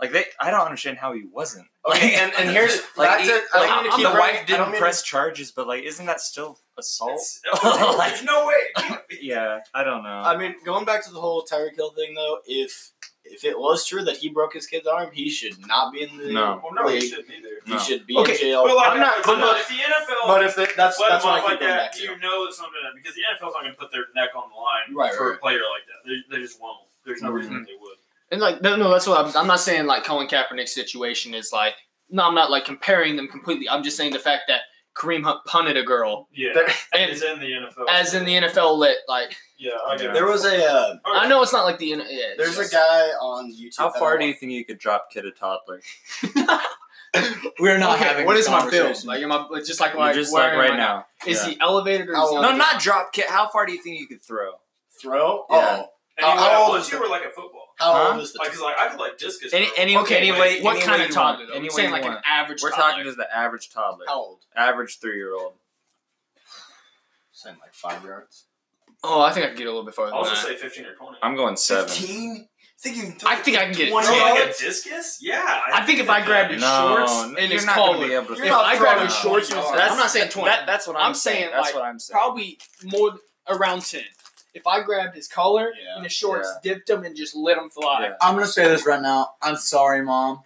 Speaker 2: like they I don't understand how he wasn't.
Speaker 3: Okay, and, and here's
Speaker 2: Like,
Speaker 3: back
Speaker 2: he-
Speaker 3: to- I
Speaker 2: like,
Speaker 3: don't mean
Speaker 2: the
Speaker 3: to keep bringing- I
Speaker 2: wife
Speaker 3: don't
Speaker 2: didn't
Speaker 3: mean to-
Speaker 2: press charges, but like, isn't that still assault?
Speaker 5: It's- no, there's no way.
Speaker 2: yeah, I don't know.
Speaker 3: I mean, going back to the whole Tyreek Hill thing, though, if if it was true that he broke his kid's arm, he should not be in the.
Speaker 2: No.
Speaker 5: Well, no, he
Speaker 3: league.
Speaker 5: shouldn't either.
Speaker 3: He
Speaker 2: No.
Speaker 3: should be
Speaker 4: Okay,
Speaker 3: in jail.
Speaker 5: Well, like,
Speaker 3: I'm not.
Speaker 5: If,
Speaker 3: But,
Speaker 5: if the NFL
Speaker 3: but if they, that's
Speaker 5: let
Speaker 3: that's
Speaker 5: him
Speaker 3: why I
Speaker 5: off
Speaker 3: keep
Speaker 5: like
Speaker 3: going back
Speaker 5: that,
Speaker 3: to.
Speaker 5: you know it's something because the NFL's not going to put their neck on the line
Speaker 3: Right,
Speaker 5: for
Speaker 3: right. Mm-hmm.
Speaker 5: a player like that. They, they just won't. There's no reason that they would.
Speaker 4: And like no, no, that's what I'm. I'm not saying like Colin Kaepernick's situation is like. No, I'm not like comparing them completely. I'm just saying the fact that Kareem Hunt punted a girl,
Speaker 5: Yeah,
Speaker 3: There-
Speaker 4: and
Speaker 5: it's in the NFL.
Speaker 4: as in the NFL lit like
Speaker 5: yeah, I get it.
Speaker 3: There was a uh,
Speaker 5: All right.
Speaker 4: I know it's not like the N- yeah. it's
Speaker 3: there's a
Speaker 4: just-
Speaker 3: guy on YouTube.
Speaker 2: how
Speaker 3: that I
Speaker 2: far do you
Speaker 3: watch.
Speaker 2: think you could drop kid a toddler?
Speaker 6: We're not
Speaker 4: Okay,
Speaker 6: having.
Speaker 4: what
Speaker 6: this
Speaker 4: is my bill?
Speaker 6: conversation.
Speaker 4: Like am I just like
Speaker 2: You're
Speaker 4: like,
Speaker 2: just
Speaker 4: where
Speaker 2: like
Speaker 4: am
Speaker 2: right
Speaker 4: I-
Speaker 2: now.
Speaker 4: Is
Speaker 2: Yeah.
Speaker 4: he elevated or is
Speaker 3: How
Speaker 4: he
Speaker 3: old-
Speaker 2: No,
Speaker 4: on the-
Speaker 2: not drop kid. How far do you think you could throw?
Speaker 3: throw?
Speaker 2: Yeah.
Speaker 3: Oh,
Speaker 5: And you
Speaker 3: How-
Speaker 5: went
Speaker 3: how
Speaker 5: up
Speaker 3: old
Speaker 5: once
Speaker 3: is
Speaker 5: you
Speaker 3: it?
Speaker 5: were like a football.
Speaker 3: how
Speaker 2: Huh?
Speaker 3: old is the?
Speaker 5: Like, 'cause, like I could like discus.
Speaker 2: Any,
Speaker 5: throw.
Speaker 2: any,
Speaker 4: Okay,
Speaker 2: any
Speaker 5: wait,
Speaker 2: way,
Speaker 4: what
Speaker 2: any
Speaker 4: kind
Speaker 2: way
Speaker 4: of
Speaker 2: you
Speaker 4: toddler?
Speaker 2: want,
Speaker 4: though?
Speaker 2: any
Speaker 4: I'm
Speaker 2: way
Speaker 4: saying
Speaker 2: you
Speaker 4: like an
Speaker 2: want.
Speaker 4: average.
Speaker 2: We're
Speaker 4: toddler.
Speaker 2: talking to the average toddler,
Speaker 3: how old?
Speaker 2: average three year old.
Speaker 3: Saying like five yards.
Speaker 4: Oh, I think I can get a little bit farther.
Speaker 5: I'll
Speaker 4: Than
Speaker 5: just say
Speaker 4: that.
Speaker 5: fifteen or twenty.
Speaker 2: I'm going seven.
Speaker 6: Fifteen? Think you can throw
Speaker 4: I think I can get.
Speaker 5: You
Speaker 6: Twenty
Speaker 5: know,
Speaker 4: it.
Speaker 5: like
Speaker 6: yards?
Speaker 5: a discus? Yeah. I,
Speaker 4: I think if I grabbed
Speaker 2: No,
Speaker 4: his shorts
Speaker 2: no,
Speaker 4: and
Speaker 2: you're
Speaker 4: his
Speaker 2: not gonna
Speaker 4: collar,
Speaker 2: be able to.
Speaker 4: if I grabbed his
Speaker 3: throwing
Speaker 4: shorts,
Speaker 3: it.
Speaker 4: and his-
Speaker 3: That's-
Speaker 4: I'm not saying twenty.
Speaker 2: That, that's what I'm,
Speaker 4: I'm saying,
Speaker 2: That's
Speaker 4: like,
Speaker 2: what I'm saying.
Speaker 4: probably more th- around 10. If I grabbed his collar
Speaker 3: Yeah.
Speaker 4: and his shorts, dipped him, and just let him fly.
Speaker 2: Yeah.
Speaker 6: I'm gonna say this right now. I'm sorry, mom.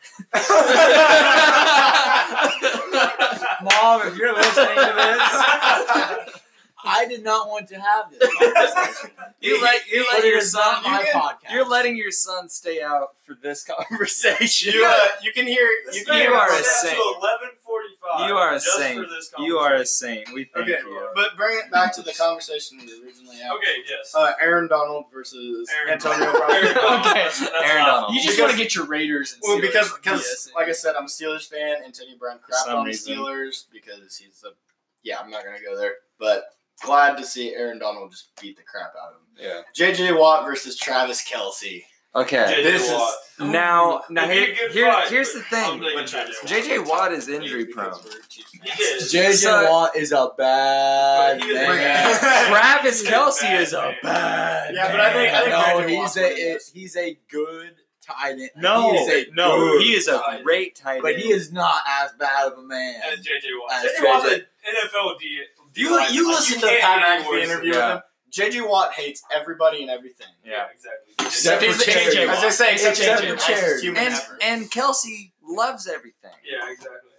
Speaker 6: Mom, if you're listening to this, I did not want to have this. conversation.
Speaker 2: You let you
Speaker 6: But
Speaker 2: let
Speaker 6: it
Speaker 2: your
Speaker 6: is
Speaker 2: son.
Speaker 6: not my
Speaker 2: you-
Speaker 6: podcast.
Speaker 2: You're letting your son stay out for this conversation.
Speaker 3: You uh, you can hear you
Speaker 5: This
Speaker 3: can
Speaker 5: man
Speaker 3: hear
Speaker 2: You are
Speaker 5: got
Speaker 2: a
Speaker 5: set
Speaker 2: saint.
Speaker 5: to eleven forty-five.
Speaker 1: five.
Speaker 2: You are a
Speaker 1: just
Speaker 2: saint.
Speaker 1: For this
Speaker 2: You are a saint. We thank
Speaker 3: Okay,
Speaker 2: you.
Speaker 3: but bring it back to the conversation we originally had.
Speaker 5: Okay, yes.
Speaker 3: Uh, Aaron Donald versus
Speaker 5: Aaron
Speaker 3: Antonio
Speaker 5: Donald.
Speaker 3: Brown.
Speaker 5: Aaron Donald.
Speaker 4: Okay.
Speaker 5: That's- that's
Speaker 2: Aaron
Speaker 5: not-
Speaker 2: Donald.
Speaker 4: You just
Speaker 3: Because-
Speaker 4: want to get your Raiders and
Speaker 3: Well,
Speaker 4: Steelers
Speaker 3: because
Speaker 4: BS
Speaker 3: because
Speaker 4: in.
Speaker 3: like I said, I'm a Steelers fan, and Teddy Brown crapped
Speaker 2: some
Speaker 3: on the
Speaker 2: reason.
Speaker 3: Steelers because he's a. Yeah, I'm not gonna go there, but glad to see Aaron Donald just beat the crap out of him.
Speaker 2: Yeah.
Speaker 3: JJ Watt versus Travis Kelsey.
Speaker 2: Okay.
Speaker 5: JJ
Speaker 3: This is-
Speaker 5: Watt.
Speaker 2: Now, now
Speaker 5: It'd be
Speaker 2: here,
Speaker 5: a good
Speaker 2: here,
Speaker 5: fight,
Speaker 2: here's
Speaker 5: but
Speaker 2: the
Speaker 5: I'm
Speaker 2: thing.
Speaker 5: taking
Speaker 3: But Travis
Speaker 5: JJ Watt.
Speaker 2: JJ Watt is injury prone.
Speaker 3: Because we're Chiefs
Speaker 5: He
Speaker 3: fans.
Speaker 5: is.
Speaker 6: JJ
Speaker 2: So-
Speaker 6: Watt is a bad
Speaker 5: But he is
Speaker 6: man.
Speaker 2: Travis
Speaker 5: He's a
Speaker 2: Kelsey
Speaker 5: bad
Speaker 2: is a
Speaker 5: man.
Speaker 2: bad.
Speaker 3: Yeah, but I think- I
Speaker 2: man.
Speaker 3: think
Speaker 6: no,
Speaker 3: JJ Watt's
Speaker 6: he's
Speaker 3: winning
Speaker 6: a
Speaker 3: this.
Speaker 6: he's a good tight end.
Speaker 2: no,
Speaker 6: he is a
Speaker 2: no,
Speaker 6: good
Speaker 2: he is a
Speaker 6: tight end.
Speaker 2: great tight end.
Speaker 6: but he is not as bad of a man.
Speaker 5: As JJ Watt.
Speaker 6: As
Speaker 5: JJ Watt's
Speaker 6: JJ.
Speaker 5: an NFL D.
Speaker 2: You-
Speaker 5: lineman.
Speaker 2: you
Speaker 5: Like,
Speaker 2: listen
Speaker 3: to the
Speaker 5: can't
Speaker 3: Pat
Speaker 5: get any
Speaker 3: McAfee
Speaker 5: worse than
Speaker 3: interview
Speaker 2: Yeah.
Speaker 5: that.
Speaker 3: JJ Watt hates everybody and everything.
Speaker 2: Yeah.
Speaker 5: exactly.
Speaker 6: Except
Speaker 4: for Charity.
Speaker 5: JJ Watt.
Speaker 3: As I say, except,
Speaker 6: Except
Speaker 3: JJ,
Speaker 6: for
Speaker 3: nicest
Speaker 6: Charity.
Speaker 3: human
Speaker 2: and
Speaker 3: ever.
Speaker 2: and Kelsey loves everything.
Speaker 5: Yeah, exactly.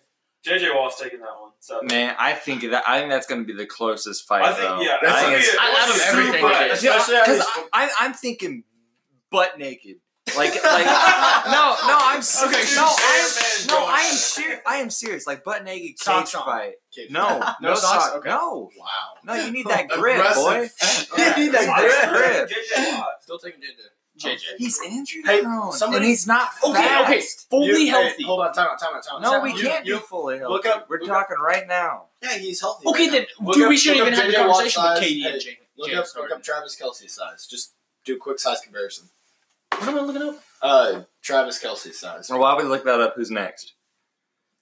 Speaker 5: JJ Watt's taking that one. So
Speaker 2: Man, I think that I think that's going to be the closest fight.
Speaker 5: I think
Speaker 2: though.
Speaker 5: yeah,
Speaker 3: That's
Speaker 2: I
Speaker 5: gonna
Speaker 2: think
Speaker 5: be
Speaker 2: it's-
Speaker 5: a-
Speaker 4: I- out of
Speaker 5: super-
Speaker 4: everything it is.
Speaker 2: Yeah,
Speaker 3: Especially at
Speaker 2: because
Speaker 3: least-
Speaker 2: I, I, I'm thinking butt naked. Like, like no, no, I'm serious.
Speaker 5: Okay,
Speaker 2: no,
Speaker 5: dude,
Speaker 2: I'm,
Speaker 5: Sandman's
Speaker 2: no,
Speaker 5: going.
Speaker 2: I am serious. I am serious. Like butt naked cage
Speaker 3: Socks on.
Speaker 2: fight.
Speaker 3: Okay.
Speaker 2: No, no,
Speaker 3: No socks?
Speaker 2: sock-
Speaker 3: Okay.
Speaker 2: No,
Speaker 3: Wow.
Speaker 2: no, you need that grip, boy.
Speaker 3: Aggressive.
Speaker 6: You need that
Speaker 2: That's
Speaker 6: grip.
Speaker 2: grip.
Speaker 5: JJ Watt.
Speaker 3: Still taking JJ.
Speaker 4: JJ.
Speaker 6: Oh,
Speaker 2: He's injured.
Speaker 3: Hey,
Speaker 2: prone,
Speaker 3: somebody-
Speaker 2: and he's not
Speaker 4: Okay,
Speaker 2: fast.
Speaker 4: okay, fully
Speaker 3: You- hey,
Speaker 4: healthy.
Speaker 3: hold on, time out, time out, time out.
Speaker 2: No,
Speaker 3: time
Speaker 2: we
Speaker 3: out.
Speaker 2: can't
Speaker 3: You,
Speaker 2: be fully healthy.
Speaker 3: look up-
Speaker 2: We're
Speaker 3: look
Speaker 2: talking right now.
Speaker 6: Yeah, he's healthy.
Speaker 4: okay,
Speaker 6: right
Speaker 4: then
Speaker 3: Look
Speaker 4: dude,
Speaker 3: up-
Speaker 4: we shouldn't
Speaker 3: look
Speaker 4: even
Speaker 3: up
Speaker 4: have a
Speaker 3: JJ Watt's
Speaker 4: conversation with
Speaker 3: size.
Speaker 4: Katie
Speaker 3: Hey,
Speaker 4: and Jay.
Speaker 3: look
Speaker 4: Jay,
Speaker 3: up,
Speaker 4: sorry.
Speaker 3: look up Travis Kelsey's size. Just do a quick size comparison.
Speaker 4: What am I looking up?
Speaker 3: Uh, Travis Kelsey's size.
Speaker 2: So while we look that up, who's next?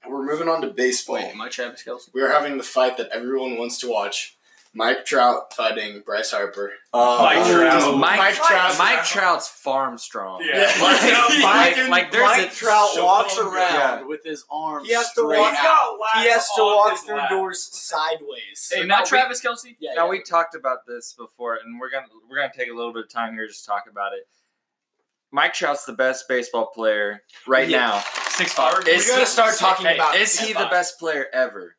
Speaker 3: We're moving on to baseball.
Speaker 4: Wait, am I Travis Kelsey?
Speaker 3: We're having the fight that everyone wants to watch. Mike Trout fighting Bryce Harper.
Speaker 6: now.
Speaker 5: Mike
Speaker 6: Uh,
Speaker 5: Trout.
Speaker 2: Mike,
Speaker 3: Mike Trout.
Speaker 2: Mike Trout's farm strong.
Speaker 5: Yeah.
Speaker 2: Like,
Speaker 5: Yeah.
Speaker 2: like-
Speaker 6: Mike-
Speaker 2: like, there's
Speaker 6: Mike
Speaker 2: a-
Speaker 6: Trout
Speaker 5: Show
Speaker 6: walks
Speaker 5: hunger.
Speaker 6: around
Speaker 2: Yeah.
Speaker 6: with his arms.
Speaker 3: He has to
Speaker 6: straight
Speaker 3: walk-
Speaker 6: out. He has to walk through doors sideways.
Speaker 4: Hey,
Speaker 2: So now
Speaker 4: not
Speaker 2: we-
Speaker 4: Travis Kelsey?
Speaker 6: Yeah,
Speaker 2: now
Speaker 6: yeah.
Speaker 2: we talked about this before, and we're gonna we're gonna take a little bit of time here just to talk about it. Mike Trout's the best baseball player right
Speaker 4: Yeah.
Speaker 2: now.
Speaker 4: Six
Speaker 2: Is
Speaker 3: we gotta
Speaker 2: he-
Speaker 3: start talking
Speaker 4: hey,
Speaker 3: about
Speaker 2: Is he the best player ever?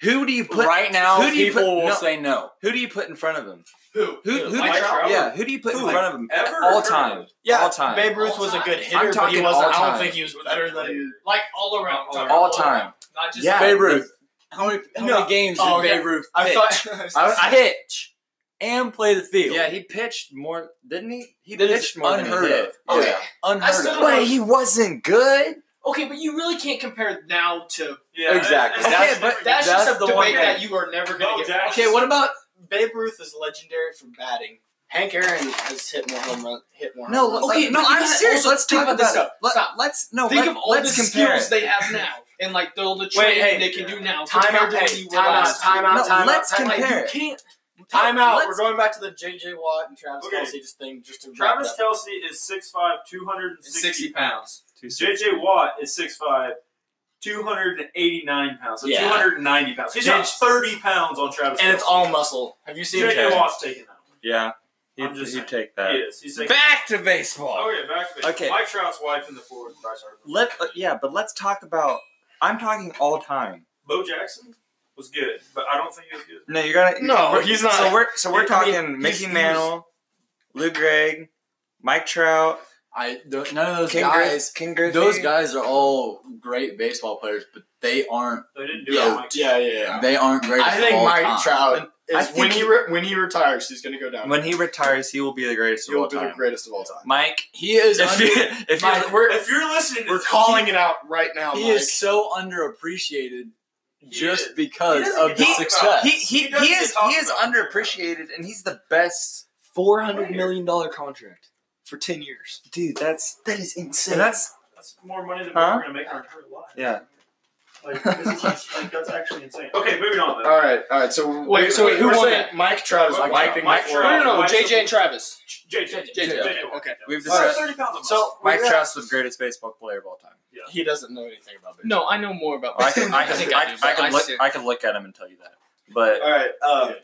Speaker 2: Who do you put
Speaker 6: right now,
Speaker 2: Who do you
Speaker 6: people
Speaker 2: put,
Speaker 6: will
Speaker 2: no,
Speaker 6: say no.
Speaker 2: Who do you put in front of him?
Speaker 3: Who?
Speaker 2: Who? Who? do
Speaker 5: Mike
Speaker 2: you-
Speaker 5: Trout?
Speaker 2: Yeah. Who do you put in
Speaker 5: Who?
Speaker 2: front of him?
Speaker 5: Ever
Speaker 2: all
Speaker 5: or
Speaker 2: time.
Speaker 6: Yeah,
Speaker 2: All time.
Speaker 3: Babe Ruth was a good hitter,
Speaker 2: I'm
Speaker 3: but he
Speaker 2: talking
Speaker 3: wasn't.
Speaker 2: all
Speaker 3: I don't
Speaker 2: time.
Speaker 3: think he was better than.
Speaker 4: Like all around.
Speaker 5: All
Speaker 4: talking
Speaker 2: all
Speaker 4: about
Speaker 2: time.
Speaker 4: Not just
Speaker 2: Yeah.
Speaker 6: Babe Ruth. How many, how
Speaker 3: No.
Speaker 6: many games
Speaker 3: Oh,
Speaker 6: did
Speaker 3: yeah.
Speaker 6: Babe Ruth
Speaker 3: I
Speaker 6: pitch?
Speaker 3: thought.
Speaker 6: I, I pitch and play the field.
Speaker 2: Yeah, he pitched more, didn't he? He
Speaker 6: That is
Speaker 2: pitched more than
Speaker 6: unheard
Speaker 2: he hit.
Speaker 6: of.
Speaker 2: Oh,
Speaker 6: Okay.
Speaker 2: yeah.
Speaker 6: unheard
Speaker 4: I still
Speaker 6: of.
Speaker 4: don't-
Speaker 2: But he wasn't good.
Speaker 4: Okay, but you really can't compare now to.
Speaker 5: Yeah,
Speaker 6: Exactly.
Speaker 5: it's-
Speaker 2: Okay,
Speaker 5: it's-
Speaker 2: but
Speaker 4: That's,
Speaker 6: That's
Speaker 4: just a
Speaker 6: the one
Speaker 4: debate
Speaker 6: that-
Speaker 4: that you are never
Speaker 5: Bo
Speaker 4: going to get.
Speaker 5: Jackson.
Speaker 6: Okay, what about
Speaker 3: Oh, Babe Ruth is legendary for batting. Hank Aaron has hit more home runs. Hit more.
Speaker 2: No,
Speaker 3: home runs.
Speaker 2: like,
Speaker 4: okay,
Speaker 2: no,
Speaker 4: but you
Speaker 2: I'm
Speaker 4: gotta
Speaker 2: serious.
Speaker 4: also
Speaker 2: Let's
Speaker 4: think
Speaker 2: talk
Speaker 4: about this
Speaker 2: about it.
Speaker 4: stuff.
Speaker 2: Let,
Speaker 4: Stop.
Speaker 2: let's no.
Speaker 4: Think
Speaker 2: let,
Speaker 4: of all
Speaker 2: let's
Speaker 4: the
Speaker 2: compare.
Speaker 4: skills they have now, and like the, the
Speaker 3: Wait,
Speaker 4: training
Speaker 3: hey,
Speaker 4: they can do now.
Speaker 3: Time
Speaker 4: compared
Speaker 3: out,
Speaker 4: to what
Speaker 3: hey,
Speaker 4: you were
Speaker 3: time out,
Speaker 4: last year.
Speaker 3: time out,
Speaker 2: No,
Speaker 3: time out.
Speaker 2: let's
Speaker 3: time out.
Speaker 2: compare.
Speaker 3: You can't.
Speaker 2: No,
Speaker 3: Time out. We're
Speaker 2: let's-
Speaker 3: going back to the JJ Watt and Travis
Speaker 5: Okay.
Speaker 3: Kelsey just thing. Just to wrap
Speaker 5: Travis
Speaker 3: it up.
Speaker 5: Kelsey is 6'5", 260
Speaker 4: pounds.
Speaker 5: JJ Watt is 6'5", 289 pounds. So
Speaker 3: Yeah.
Speaker 5: 290 pounds. He's
Speaker 3: Yeah.
Speaker 5: up 30 pounds on Travis
Speaker 3: and it's
Speaker 5: Kelce.
Speaker 3: all muscle. Have you seen?
Speaker 5: JJ
Speaker 2: Okay.
Speaker 5: Watt's taking that one.
Speaker 2: Yeah,
Speaker 5: I'm just saying.
Speaker 2: take
Speaker 5: He is. He's taking
Speaker 2: Back to baseball.
Speaker 5: Okay, Oh, back to base.
Speaker 2: Okay.
Speaker 5: Mike Trout's wife in the fourth. Bryce Harper.
Speaker 2: Let uh, yeah, but let's talk about. I'm talking all time.
Speaker 5: Bo Jackson was good, but I don't think he was good.
Speaker 2: No, you're gonna.
Speaker 3: No,
Speaker 2: we're-
Speaker 3: he's not.
Speaker 2: So we're so we're
Speaker 3: I mean,
Speaker 2: talking
Speaker 3: he's-
Speaker 2: Mickey
Speaker 3: he's-
Speaker 2: Mantle, Lou Gregg, Mike Trout,
Speaker 6: I? th- None of those
Speaker 2: King
Speaker 6: guys.
Speaker 2: Griffey. King Griffey.
Speaker 6: Those guys are all great baseball players, but they aren't.
Speaker 5: They didn't do it. with
Speaker 3: Yeah,
Speaker 5: Mike
Speaker 3: yeah, yeah. yeah.
Speaker 6: They aren't great.
Speaker 3: I think Mike Trout
Speaker 2: I
Speaker 3: is
Speaker 2: think
Speaker 3: when
Speaker 2: he-
Speaker 3: he re- when he retires, he's going to go down.
Speaker 2: When he retires, he will be the greatest of
Speaker 3: He'll
Speaker 2: all
Speaker 3: be the
Speaker 2: time.
Speaker 3: greatest of all time.
Speaker 2: Mike,
Speaker 6: He is.
Speaker 2: if
Speaker 6: Under,
Speaker 2: you if
Speaker 6: Mike,
Speaker 2: you
Speaker 6: we're,
Speaker 5: If you're listening, to
Speaker 3: We're
Speaker 5: this,
Speaker 3: calling it out right now,
Speaker 6: he
Speaker 3: Mike.
Speaker 6: is so underappreciated
Speaker 5: He
Speaker 6: just
Speaker 5: is. He
Speaker 6: because
Speaker 5: doesn't
Speaker 6: of
Speaker 5: get
Speaker 6: the
Speaker 5: talked
Speaker 6: success.
Speaker 2: he he,
Speaker 5: He
Speaker 2: he
Speaker 5: doesn't get
Speaker 2: is he
Speaker 5: talked
Speaker 2: is
Speaker 5: about.
Speaker 2: underappreciated, and he's the best.
Speaker 6: Four hundred million dollar contract for ten years.
Speaker 2: Dude, that's
Speaker 6: That is insane.
Speaker 2: and that's
Speaker 5: That's more money than
Speaker 2: Huh?
Speaker 5: we're gonna make in our entire life.
Speaker 2: yeah.
Speaker 5: Like, this is, like that's actually insane. Okay, moving on. Though.
Speaker 3: All right, all right. So we're-
Speaker 4: Wait, so wait, who
Speaker 3: we're
Speaker 4: won
Speaker 3: saying Mike Trout is
Speaker 5: Mike
Speaker 3: wiping
Speaker 5: Trout.
Speaker 3: the
Speaker 5: Mike
Speaker 3: floor.
Speaker 5: Trout.
Speaker 4: No, no, no.
Speaker 5: Mike-
Speaker 4: JJ and Travis.
Speaker 5: JJ, JJ,
Speaker 4: JJ,
Speaker 5: JJ,
Speaker 4: okay.
Speaker 2: We've
Speaker 5: All right.
Speaker 2: discussed
Speaker 5: Thirty pounds. of
Speaker 3: So
Speaker 5: muscle.
Speaker 2: Mike
Speaker 3: we're-
Speaker 2: Trout's the greatest baseball player of all time.
Speaker 3: He doesn't know anything about baseball.
Speaker 4: No, I know more about.
Speaker 2: Oh, I can I can
Speaker 4: think
Speaker 2: I,
Speaker 4: do,
Speaker 2: I
Speaker 4: but
Speaker 2: can look
Speaker 4: see-
Speaker 2: I can look at him and tell you that. But
Speaker 3: All right. Um,
Speaker 5: Yeah.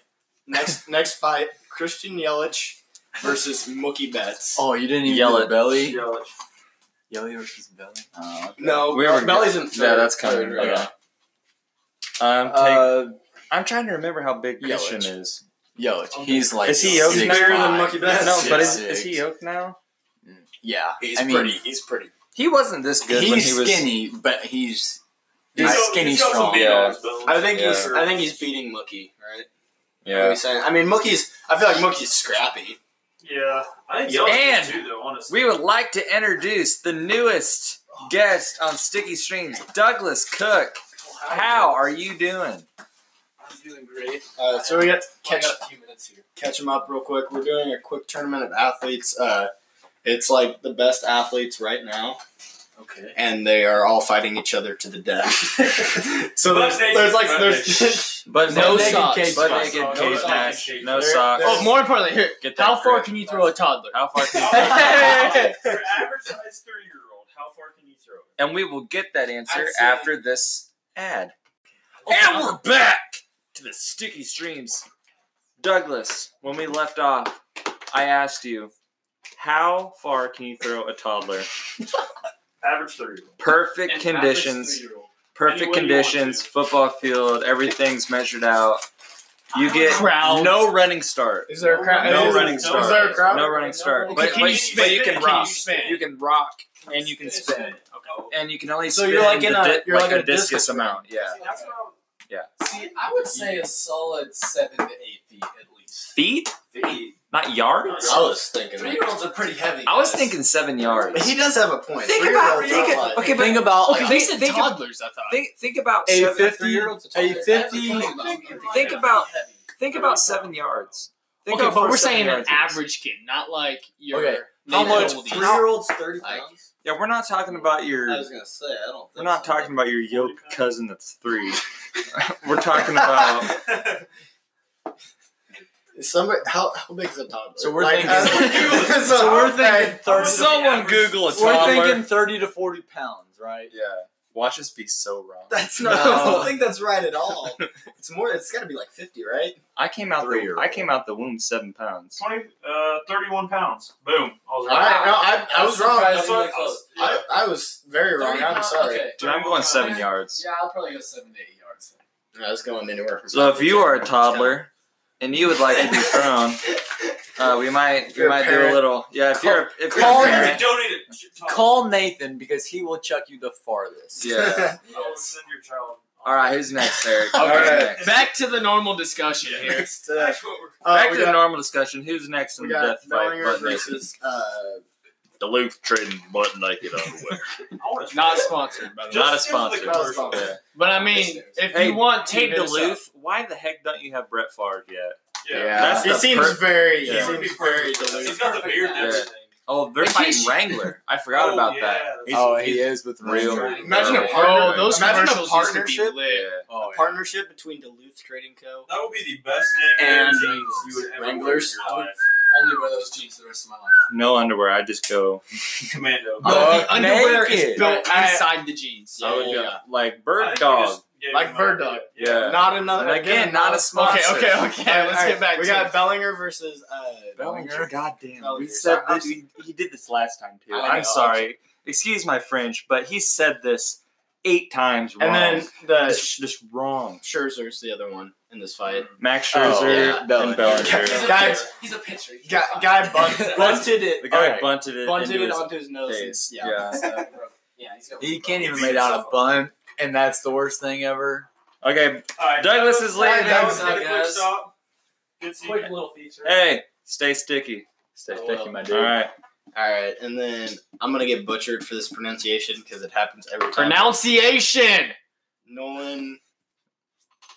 Speaker 3: next next fight: Christian Yelich versus Mookie Betts.
Speaker 6: oh, you didn't even
Speaker 2: Yell
Speaker 6: do
Speaker 2: it.
Speaker 6: the belly.
Speaker 5: Yelich.
Speaker 6: Yelly versus belly.
Speaker 2: uh,
Speaker 6: Oh,
Speaker 3: No,
Speaker 2: We already-
Speaker 3: Belly's in
Speaker 2: yeah,
Speaker 3: third.
Speaker 2: that's coming.
Speaker 3: third right
Speaker 2: Okay.
Speaker 3: now.
Speaker 2: I'm taking,
Speaker 6: uh,
Speaker 2: Um, I'm trying to remember how big
Speaker 6: Yelich.
Speaker 2: Christian is.
Speaker 6: Yelich. He's like
Speaker 2: Is he Yelich?
Speaker 6: six
Speaker 3: Bigger than
Speaker 6: five,
Speaker 3: Mookie Betts?
Speaker 2: No,
Speaker 6: six,
Speaker 2: but is,
Speaker 6: six.
Speaker 2: is he yoked now?
Speaker 6: Yeah,
Speaker 3: He's
Speaker 6: I mean,
Speaker 3: pretty. He's pretty.
Speaker 2: He wasn't this good when
Speaker 6: he's
Speaker 2: he was
Speaker 6: skinny, but he's
Speaker 7: He's
Speaker 5: got-
Speaker 2: skinny
Speaker 5: he's got some
Speaker 2: strong.
Speaker 5: big
Speaker 7: Yeah.
Speaker 5: arms, but-
Speaker 3: I think
Speaker 7: Yeah.
Speaker 3: he's I think he's beating Mookie, right? What are we
Speaker 7: Yeah.
Speaker 3: saying? I mean, Mookie's. I feel like Mookie's scrappy.
Speaker 8: Yeah.
Speaker 5: I think Yelich
Speaker 2: And-
Speaker 5: is too, though, honestly.
Speaker 2: We would like to introduce the newest guest on Sticky Streams, Douglas Cook. How are you doing?
Speaker 6: I'm doing great.
Speaker 3: Uh, so we got to
Speaker 6: I
Speaker 3: catch
Speaker 6: got a few minutes here.
Speaker 3: catch him up real quick. We're doing a quick tournament of athletes. Uh, it's like the best athletes right now,
Speaker 6: Okay.
Speaker 3: and they are all fighting each other to the death. so
Speaker 5: Butt
Speaker 3: there's,
Speaker 5: naked,
Speaker 3: there's like
Speaker 5: butt
Speaker 3: there's
Speaker 7: But
Speaker 4: No
Speaker 7: naked
Speaker 4: socks.
Speaker 7: cage
Speaker 2: But
Speaker 7: match.
Speaker 2: naked
Speaker 5: No
Speaker 2: cage
Speaker 5: socks.
Speaker 2: match. No
Speaker 3: There-
Speaker 2: socks.
Speaker 3: there's-
Speaker 4: Oh, more importantly, here.
Speaker 7: Get that
Speaker 4: How far
Speaker 7: grip.
Speaker 4: can you throw a toddler?
Speaker 7: How far can you
Speaker 5: How far-
Speaker 4: Hey!
Speaker 5: Your average size three year old, how far can you throw it?
Speaker 2: And we will get that answer
Speaker 6: I'd say-
Speaker 2: after this ad. And we're back to the sticky streams.
Speaker 7: Douglas, when we left off, I asked you, how far can you throw a toddler?
Speaker 8: Average three year old.
Speaker 2: Perfect
Speaker 6: An average
Speaker 2: conditions.
Speaker 6: three-year-old.
Speaker 2: Perfect
Speaker 5: Any way you want
Speaker 2: conditions.
Speaker 5: to.
Speaker 2: Football field. Everything's measured out. You get
Speaker 4: Crowd.
Speaker 2: no running start.
Speaker 3: is there a crowd?
Speaker 7: No
Speaker 6: Uh,
Speaker 3: is,
Speaker 7: running
Speaker 3: is
Speaker 7: start.
Speaker 3: there a crowd?
Speaker 2: No running start.
Speaker 6: Okay,
Speaker 2: But,
Speaker 4: can
Speaker 2: but-
Speaker 4: you
Speaker 2: but
Speaker 4: spin?
Speaker 2: you can
Speaker 4: Can
Speaker 2: rock.
Speaker 4: you spin?
Speaker 2: You can rock and you can spin.
Speaker 5: Okay.
Speaker 2: And you can only
Speaker 3: So
Speaker 2: spin
Speaker 3: you're like in
Speaker 2: the
Speaker 3: a-
Speaker 2: di-
Speaker 3: you're like
Speaker 2: a
Speaker 3: a discus
Speaker 2: discus amount. Yeah.
Speaker 5: That's what I was-
Speaker 6: See, I would say a solid seven to eight feet at least.
Speaker 2: Feet?
Speaker 6: Feet.
Speaker 2: Not yards?
Speaker 3: I was thinking.
Speaker 6: Three year olds are pretty heavy.
Speaker 2: I was
Speaker 6: guys.
Speaker 2: thinking seven
Speaker 3: But
Speaker 2: yards.
Speaker 3: he does have a point.
Speaker 2: Think
Speaker 3: Three-year-olds
Speaker 2: about
Speaker 3: don't
Speaker 2: think,
Speaker 3: lie.
Speaker 2: okay, but
Speaker 6: Think about
Speaker 4: Okay,
Speaker 6: like,
Speaker 4: they
Speaker 2: think-
Speaker 4: said
Speaker 2: think-
Speaker 4: toddlers. I thought.
Speaker 2: think think about
Speaker 3: A
Speaker 2: seven,
Speaker 3: fifty-
Speaker 6: year olds.
Speaker 3: a fifty-
Speaker 2: Think about- think about seven yards. Think
Speaker 4: okay,
Speaker 2: about
Speaker 4: but
Speaker 2: where
Speaker 4: we're
Speaker 2: seven
Speaker 4: saying an
Speaker 2: yards is.
Speaker 4: average kid, not like your.
Speaker 6: Okay,
Speaker 4: How much?
Speaker 6: Three year olds thirty
Speaker 4: Like-
Speaker 6: pounds.
Speaker 2: Yeah, we're not talking about your.
Speaker 3: I was gonna say I don't.
Speaker 2: We're not talking about your yoke cousin that's three. we're talking about.
Speaker 3: Somebody, how, how big is a toddler?
Speaker 6: So we're
Speaker 3: Like,
Speaker 6: thinking-
Speaker 3: uh, so we're thinking.
Speaker 2: Someone Google a
Speaker 6: We're
Speaker 2: toddler.
Speaker 6: thinking thirty to forty pounds, right?
Speaker 2: yeah. Watch us be so wrong.
Speaker 3: That's not. I don't think that's right at all. It's more. It's got to be like fifty, right?
Speaker 2: I came out the.
Speaker 7: Three-year-old.
Speaker 2: I came out the womb seven pounds.
Speaker 5: 20, uh, 31 pounds. Boom. I
Speaker 3: All
Speaker 5: was
Speaker 3: right, no, I, I was wrong.
Speaker 5: That's
Speaker 6: Surprisingly
Speaker 5: what I
Speaker 6: close.
Speaker 5: was.
Speaker 3: I, I was very wrong.
Speaker 6: 30
Speaker 3: I'm
Speaker 6: pounds,
Speaker 3: sorry.
Speaker 6: okay.
Speaker 2: Dude, I'm going seven yards.
Speaker 6: Yeah, I'll probably go seven to eight yards.
Speaker 3: I was going anywhere.
Speaker 2: So if you are a toddler and you would like to be thrown, uh, we might we
Speaker 3: You're a
Speaker 2: might do a
Speaker 3: parent.
Speaker 2: little. Yeah, if you're a- if you're
Speaker 6: Call
Speaker 2: a
Speaker 6: him.
Speaker 5: Hey,
Speaker 2: parent,
Speaker 5: donate it. Sh- Todd.
Speaker 6: Call Nathan because he will chuck you the farthest.
Speaker 2: yeah.
Speaker 5: I will send your child.
Speaker 2: All right, who's next, Eric?
Speaker 4: Uh,
Speaker 3: Okay.
Speaker 2: Who's next?
Speaker 4: Back to the normal discussion here.
Speaker 3: Next, uh,
Speaker 5: That's what we're-
Speaker 3: uh,
Speaker 2: Back
Speaker 3: we
Speaker 2: to the
Speaker 3: got-
Speaker 2: normal discussion. Who's next in
Speaker 3: We
Speaker 2: the
Speaker 3: got
Speaker 2: death fight?
Speaker 3: Bellinger
Speaker 2: Butt naked.
Speaker 3: versus uh,
Speaker 7: Duluth trading butt naked underwear.
Speaker 5: I wanna-
Speaker 4: Not sponsored, by the way.
Speaker 2: Not a
Speaker 5: Let's schedule the
Speaker 2: sponsor.
Speaker 5: commercial.
Speaker 3: Yeah.
Speaker 4: But I mean, if
Speaker 2: Hey,
Speaker 4: you want to,
Speaker 7: Hey
Speaker 4: hit us up.
Speaker 7: Duluth, why the heck don't you have Brett Favre yet?
Speaker 5: Yeah.
Speaker 2: That's
Speaker 3: he
Speaker 2: the
Speaker 3: seems
Speaker 2: per-
Speaker 3: very.
Speaker 2: Yeah.
Speaker 3: He
Speaker 5: He would be
Speaker 3: seems very
Speaker 5: perfect.
Speaker 3: deluded.
Speaker 5: He's got the beard and
Speaker 2: Yeah.
Speaker 5: everything.
Speaker 2: Oh, they're
Speaker 4: They
Speaker 2: fighting
Speaker 4: can't sh-
Speaker 2: Wrangler. I forgot
Speaker 5: Oh,
Speaker 2: about
Speaker 5: yeah,
Speaker 2: that.
Speaker 5: that's-
Speaker 2: He's-
Speaker 6: oh, he
Speaker 2: he's
Speaker 6: is with
Speaker 2: real.
Speaker 6: Real.
Speaker 3: Imagine a
Speaker 2: Yeah.
Speaker 4: Oh, those
Speaker 3: Imagine a
Speaker 4: commercials used to
Speaker 3: partnership.
Speaker 4: be lit.
Speaker 6: Oh, yeah.
Speaker 3: partnership between Duluth Trading Co.
Speaker 5: That would be the best name
Speaker 6: And
Speaker 5: of jeans you would ever
Speaker 6: Wranglers.
Speaker 5: wear in your life.
Speaker 6: Only wear those jeans the rest of my life.
Speaker 7: No underwear. I just go.
Speaker 5: Commando.
Speaker 4: No, the
Speaker 6: Uh,
Speaker 4: underwear
Speaker 6: naked.
Speaker 4: is built
Speaker 3: I-
Speaker 4: inside the jeans.
Speaker 2: I would
Speaker 3: Oh, Yeah.
Speaker 2: go, like
Speaker 5: I
Speaker 7: Bird
Speaker 5: think
Speaker 7: dog.
Speaker 5: we just gave
Speaker 3: Like
Speaker 5: him
Speaker 3: bird
Speaker 5: a-
Speaker 3: dog.
Speaker 7: Yeah.
Speaker 3: Not another.
Speaker 2: And again, not a
Speaker 4: Okay,
Speaker 2: sponsor.
Speaker 4: okay, okay. Let's get back
Speaker 3: We
Speaker 4: to
Speaker 3: got
Speaker 4: it.
Speaker 3: Bellinger versus uh,
Speaker 2: Bellinger, goddamn.
Speaker 3: Bellinger.
Speaker 2: We said this. He, he did this last time too.
Speaker 6: I know.
Speaker 2: I'm sorry. Excuse my French, but he said this eight times wrong.
Speaker 3: and then the
Speaker 2: It's just wrong.
Speaker 3: Scherzer's the other one in this fight.
Speaker 7: Max Scherzer
Speaker 2: Oh,
Speaker 6: yeah.
Speaker 7: and
Speaker 6: Bellinger.
Speaker 7: Bellinger.
Speaker 6: He's a
Speaker 3: Guys-
Speaker 6: pitcher. he's a pitcher. He's
Speaker 3: Guy,
Speaker 6: fine.
Speaker 3: guy bunt, bunted it.
Speaker 2: The guy
Speaker 3: okay.
Speaker 2: bunted it.
Speaker 3: bunted
Speaker 2: into
Speaker 3: it
Speaker 2: his-
Speaker 3: onto his nose.
Speaker 2: face.
Speaker 3: Yeah.
Speaker 2: Yeah.
Speaker 6: So, yeah, he's got
Speaker 2: He
Speaker 6: can't
Speaker 2: even
Speaker 6: made out a bun, and that's the worst thing ever.
Speaker 2: okay,
Speaker 5: Alright,
Speaker 2: Douglas is leaving.
Speaker 5: That was a
Speaker 6: Thanks,
Speaker 5: quick
Speaker 6: guys.
Speaker 5: stop. Good seeing you.
Speaker 6: little feature.
Speaker 2: hey, stay sticky. Stay
Speaker 6: Oh,
Speaker 2: sticky,
Speaker 6: well.
Speaker 2: my
Speaker 7: All
Speaker 2: dude.
Speaker 7: right.
Speaker 3: All right, and then I'm gonna get butchered for this pronunciation because it happens every time.
Speaker 4: Pronunciation.
Speaker 3: Nolan,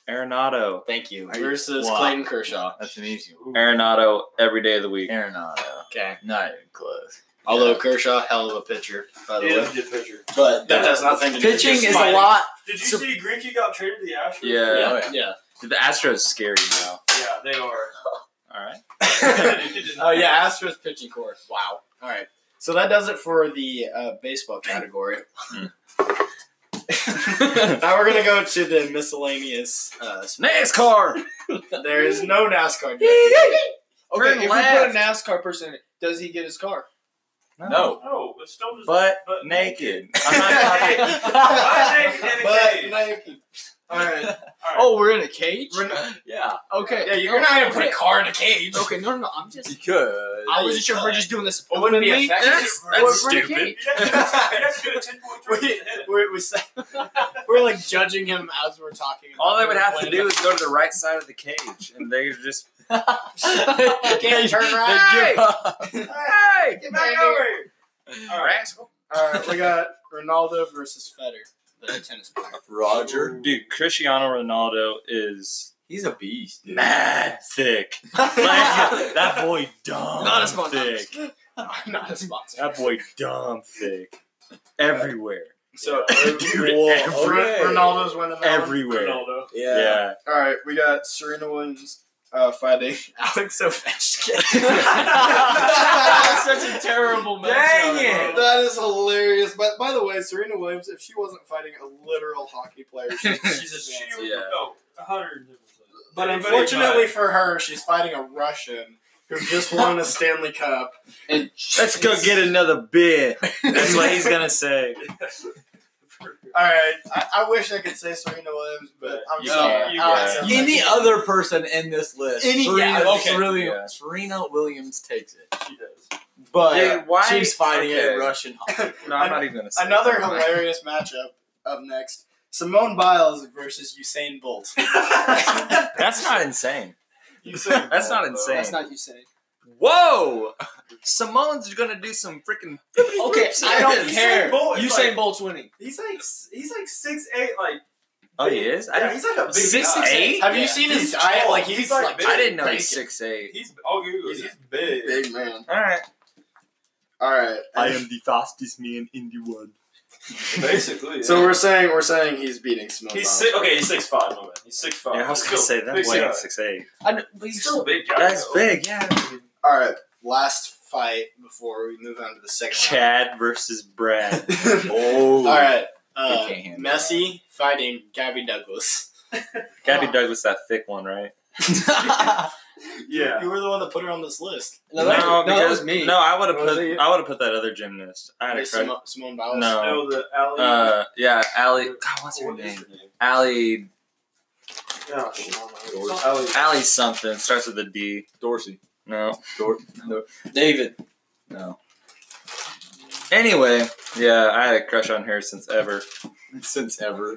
Speaker 2: Arenado.
Speaker 3: thank you.
Speaker 6: Are you-
Speaker 3: Versus
Speaker 6: Wow.
Speaker 3: Clayton Kershaw.
Speaker 6: That's an easy one.
Speaker 2: Arenado every day of the week.
Speaker 6: Arenado.
Speaker 3: Okay.
Speaker 6: uh, Not even close.
Speaker 3: Although Kershaw, hell of a pitcher, by the
Speaker 5: He is
Speaker 3: way.
Speaker 5: a good pitcher.
Speaker 3: But that has nothing to do with
Speaker 6: Pitching
Speaker 3: just
Speaker 6: is a
Speaker 3: fighting.
Speaker 6: lot.
Speaker 5: Did you
Speaker 6: So-
Speaker 5: see Greinke got traded to the Astros?
Speaker 2: Yeah.
Speaker 6: Oh, yeah.
Speaker 3: Yeah.
Speaker 2: The Astros scary now.
Speaker 5: Yeah, they are.
Speaker 2: All right.
Speaker 3: Oh yeah, Astros pitching core. Wow. All right. So that does it for the uh, baseball category. now we're gonna go to the miscellaneous. Uh, sports.
Speaker 2: NASCAR.
Speaker 3: There is no NASCAR. Judges.
Speaker 4: Okay,
Speaker 2: Turn
Speaker 4: if
Speaker 2: left.
Speaker 4: we put a NASCAR person in it, does he get his car?
Speaker 2: No.
Speaker 5: No, it's Oh, still just
Speaker 2: But
Speaker 5: but
Speaker 2: naked.
Speaker 5: I'm not talking-
Speaker 3: But
Speaker 5: naked in a
Speaker 3: But
Speaker 5: cage.
Speaker 3: Nike.
Speaker 4: All right.
Speaker 5: All right.
Speaker 4: Oh, we're in a cage.
Speaker 9: Yeah.
Speaker 4: okay.
Speaker 3: Yeah, you're not gonna put a
Speaker 4: okay.
Speaker 3: car in a cage.
Speaker 4: Okay, no, no, no. I'm just.
Speaker 9: You could.
Speaker 4: I was just sure if we're just doing this
Speaker 3: It wouldn't be
Speaker 4: openly.
Speaker 3: effective.
Speaker 4: Or
Speaker 2: That's
Speaker 4: we're in a
Speaker 2: stupid.
Speaker 4: cage.
Speaker 5: You'd have to get a 10 point turn to hit it.
Speaker 3: We're, we're, we're like judging him as we're talking. About
Speaker 2: All they
Speaker 3: it.
Speaker 2: would have to do is go to the right side of the cage, and they just
Speaker 3: Can't turn around.
Speaker 9: They give up.
Speaker 2: hey,
Speaker 3: Get back over.
Speaker 5: All right.
Speaker 2: rascal.
Speaker 3: All right, we got Ronaldo versus Federer, the tennis player.
Speaker 9: Roger.
Speaker 2: Dude, Cristiano Ronaldo is
Speaker 9: He's a beast. Dude.
Speaker 2: mad thick. Like, that boy dumb
Speaker 4: Not as much.
Speaker 2: thick.
Speaker 3: not a sponsor.
Speaker 2: That boy dumb thick. Everywhere.
Speaker 3: So
Speaker 2: Dude,
Speaker 3: Whoa,
Speaker 2: every-
Speaker 3: okay. Ronaldo's winning that one.
Speaker 2: Everywhere.
Speaker 5: Ronaldo.
Speaker 2: Yeah.
Speaker 3: All right, we got Serena Williams uh, fighting Alex Ovechkin.
Speaker 4: Such a terrible match.
Speaker 9: Dang
Speaker 3: that is hilarious. But by the way, Serena Williams, if she wasn't fighting a literal hockey player, she, she's
Speaker 5: She
Speaker 3: advanced.
Speaker 5: would
Speaker 9: Yeah.
Speaker 5: go 100.
Speaker 3: But
Speaker 5: Everybody
Speaker 3: unfortunately
Speaker 5: but-
Speaker 3: for her, she's fighting a Russian who just won a Stanley Cup.
Speaker 4: And
Speaker 2: Let's go get another beer. That's what he's
Speaker 3: All
Speaker 2: gonna say.
Speaker 3: right, I, I wish I could say Serena Williams, but I'm
Speaker 9: You
Speaker 3: sorry.
Speaker 5: can't. You
Speaker 3: Alex
Speaker 5: can't.
Speaker 3: Ovechkin.
Speaker 6: Any other person in this list,
Speaker 3: Any-
Speaker 6: Serena,
Speaker 3: yeah,
Speaker 9: okay.
Speaker 6: Serena,
Speaker 9: Yeah.
Speaker 6: Serena Williams takes it,
Speaker 5: She does.
Speaker 6: but
Speaker 9: Dude, why-
Speaker 6: she's fighting
Speaker 9: okay.
Speaker 6: a Russian.
Speaker 9: No, I'm not even gonna say
Speaker 3: Another
Speaker 9: that.
Speaker 3: hilarious matchup up next: Simone Biles versus Usain Bolt.
Speaker 9: That's not insane.
Speaker 3: Usain
Speaker 9: That's
Speaker 3: Bolt.
Speaker 9: not insane.
Speaker 4: That's not you saying.
Speaker 9: Whoa! Simone's gonna do some freaking.
Speaker 4: Okay, I don't care.
Speaker 5: Bolt is
Speaker 4: Usain
Speaker 5: like-
Speaker 4: Bolt's winning.
Speaker 5: He's like s- he's like six eight like
Speaker 9: Oh, he is. I
Speaker 5: yeah,
Speaker 9: didn't.
Speaker 5: he's like a big
Speaker 9: Six,
Speaker 5: guy.
Speaker 9: six, eight?
Speaker 3: Have
Speaker 5: Yeah.
Speaker 3: you seen his
Speaker 5: He's
Speaker 3: diet?
Speaker 5: tall.
Speaker 3: Like
Speaker 5: He's
Speaker 3: he's
Speaker 5: like
Speaker 3: like
Speaker 5: big.
Speaker 9: I didn't know he's
Speaker 3: bacon.
Speaker 9: six eight.
Speaker 5: He's I'll Google it.
Speaker 3: He's-
Speaker 5: He's big.
Speaker 3: big man.
Speaker 9: All right.
Speaker 3: All right.
Speaker 2: the fastest man in the world.
Speaker 5: Basically. yeah.
Speaker 3: So we're saying we're saying he's beating Simone.
Speaker 5: he's
Speaker 3: Biles.
Speaker 5: six, okay. He's six five. My man. He's six five.
Speaker 2: Yeah, I was gonna say that
Speaker 5: Big
Speaker 2: way
Speaker 5: guy.
Speaker 2: six eight.
Speaker 4: I know, but
Speaker 5: He's
Speaker 4: he's
Speaker 5: still a big guy.
Speaker 2: That's
Speaker 5: though.
Speaker 2: big, yeah.
Speaker 3: All right. Last fight before we move on to the second
Speaker 2: Chad versus Brad.
Speaker 3: round.
Speaker 9: Oh.
Speaker 3: All right. Uh,
Speaker 9: You can't handle
Speaker 3: Messi fighting Gabby Douglas.
Speaker 2: Gabby Douglas, that thick one, right?
Speaker 5: Yeah.
Speaker 3: You were the one that put her on this list.
Speaker 4: No, that, no, that was me.
Speaker 2: No, I would have
Speaker 3: Was
Speaker 2: put.
Speaker 3: it?
Speaker 2: I would have put that other gymnast. I had a
Speaker 3: Miss
Speaker 2: crush.
Speaker 3: Simo- Simone Biles.
Speaker 2: No.
Speaker 5: No, the alley.
Speaker 2: Uh, yeah, Allie. God, what's her
Speaker 5: what is
Speaker 2: name?
Speaker 5: her name?
Speaker 2: Allie.
Speaker 5: No, shit, I don't know.
Speaker 9: Doors.
Speaker 5: Alley.
Speaker 2: Allie something starts with a D.
Speaker 9: Dorsey.
Speaker 2: No.
Speaker 9: Dor-
Speaker 6: David,
Speaker 9: no.
Speaker 2: Anyway, yeah, I had a crush on her since ever.
Speaker 9: Since ever.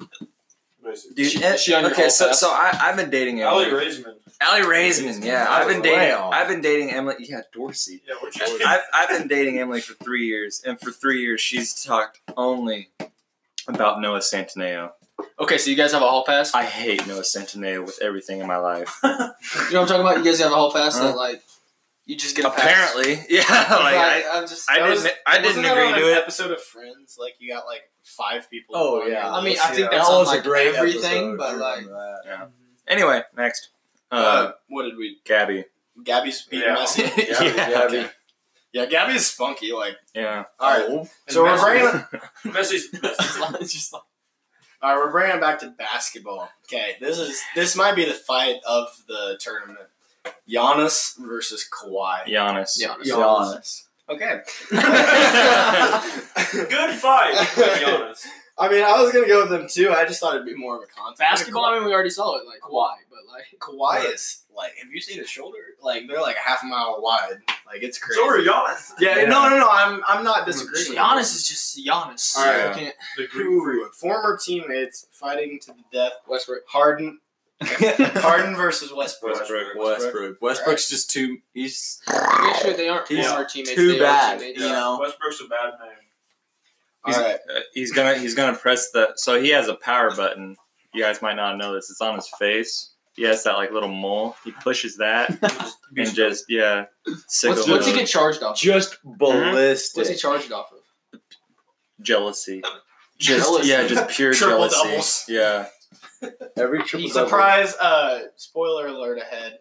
Speaker 5: Basically.
Speaker 2: Dude,
Speaker 4: She-
Speaker 2: eh,
Speaker 4: she on your
Speaker 2: okay,
Speaker 4: hall
Speaker 2: so
Speaker 4: pass?
Speaker 2: so I I've been dating
Speaker 5: Alley
Speaker 2: Emily.
Speaker 5: Raisman.
Speaker 2: Allie Raisman. Yeah, I've been dating.
Speaker 9: Wow.
Speaker 2: I've been dating Emily. Yeah, Dorsey.
Speaker 5: Yeah, we're
Speaker 2: I've, I've been dating Emily for three years, and for three years she's talked only about Noah Centineo.
Speaker 4: Okay, so you guys have a hall pass.
Speaker 2: I hate Noah Centineo with everything in my life.
Speaker 4: You know what I'm talking about? You guys have a hall pass
Speaker 2: Huh?
Speaker 4: that like you just get a pass.
Speaker 2: Apparently, yeah. Like I,
Speaker 4: I, am just.
Speaker 2: I
Speaker 3: That was-
Speaker 2: didn't. I
Speaker 3: Wasn't
Speaker 2: didn't
Speaker 3: that
Speaker 2: agree
Speaker 3: on
Speaker 2: to
Speaker 3: an
Speaker 2: it.
Speaker 3: Episode of Friends, like you got like five people.
Speaker 6: Oh,
Speaker 3: on your
Speaker 6: yeah.
Speaker 4: I mean,
Speaker 3: list.
Speaker 4: I think
Speaker 5: Yeah.
Speaker 4: that's
Speaker 6: that
Speaker 4: on,
Speaker 6: was
Speaker 4: like,
Speaker 6: a great
Speaker 4: everything,
Speaker 6: episode.
Speaker 4: but like
Speaker 2: Anyway, next, uh,
Speaker 3: uh, what did we?
Speaker 2: Gabby.
Speaker 3: Gabby's beating
Speaker 5: Yeah.
Speaker 3: Messi.
Speaker 2: Yeah.
Speaker 9: Gabby.
Speaker 3: Yeah, Gabby's spunky. Like,
Speaker 2: Yeah.
Speaker 3: all right.
Speaker 6: Oh.
Speaker 3: So we're bringing. All
Speaker 5: Messi's. Messi's
Speaker 6: just like
Speaker 3: right, we're bringing it back to basketball. Okay, this is this might be the fight of the tournament. Giannis versus Kawhi.
Speaker 2: Giannis.
Speaker 4: yeah.
Speaker 6: Giannis.
Speaker 3: Okay.
Speaker 5: Good fight, to be honest.
Speaker 3: I mean, I was gonna go with them too. I just thought it'd be more of a contest.
Speaker 4: Basketball. I mean, we already saw it. Like why? But like
Speaker 3: Kawhi is like, have you seen his shoulder? Like they're like a half mile wide. Like it's crazy.
Speaker 5: So are Giannis.
Speaker 3: yeah,
Speaker 2: Yeah.
Speaker 3: no, no, no. I'm I'm not disagreeing.
Speaker 4: Giannis is just Giannis.
Speaker 3: All right.
Speaker 4: You can't-
Speaker 5: The Greek freak.
Speaker 3: Ooh, former teammates fighting to the death.
Speaker 4: Westbrook.
Speaker 3: Harden,
Speaker 9: Westbrook.
Speaker 3: Harden versus Westbrook.
Speaker 5: Westbrook.
Speaker 9: Westbrook. Westbrook's just too. He's
Speaker 4: Make sure they aren't
Speaker 9: He's
Speaker 4: former teammates.
Speaker 6: too
Speaker 4: they
Speaker 6: bad,
Speaker 4: Are teammates.
Speaker 6: you know.
Speaker 5: Westbrook's a bad name.
Speaker 3: All right,
Speaker 2: Uh, he's gonna he's gonna press the so he has a power button. You guys might not know this. It's on his face. He has that like little mole. He pushes that and just yeah. sickle
Speaker 4: What's, what's he
Speaker 2: mode.
Speaker 4: get charged off? of?
Speaker 6: Just
Speaker 4: What's he
Speaker 6: ballistic.
Speaker 4: charged off of?
Speaker 2: jealousy. Just
Speaker 4: Jealousy.
Speaker 2: yeah, just pure
Speaker 3: Triple
Speaker 2: jealousy.
Speaker 3: doubles.
Speaker 2: Yeah.
Speaker 6: Every triple
Speaker 3: surprise! Uh, spoiler alert ahead.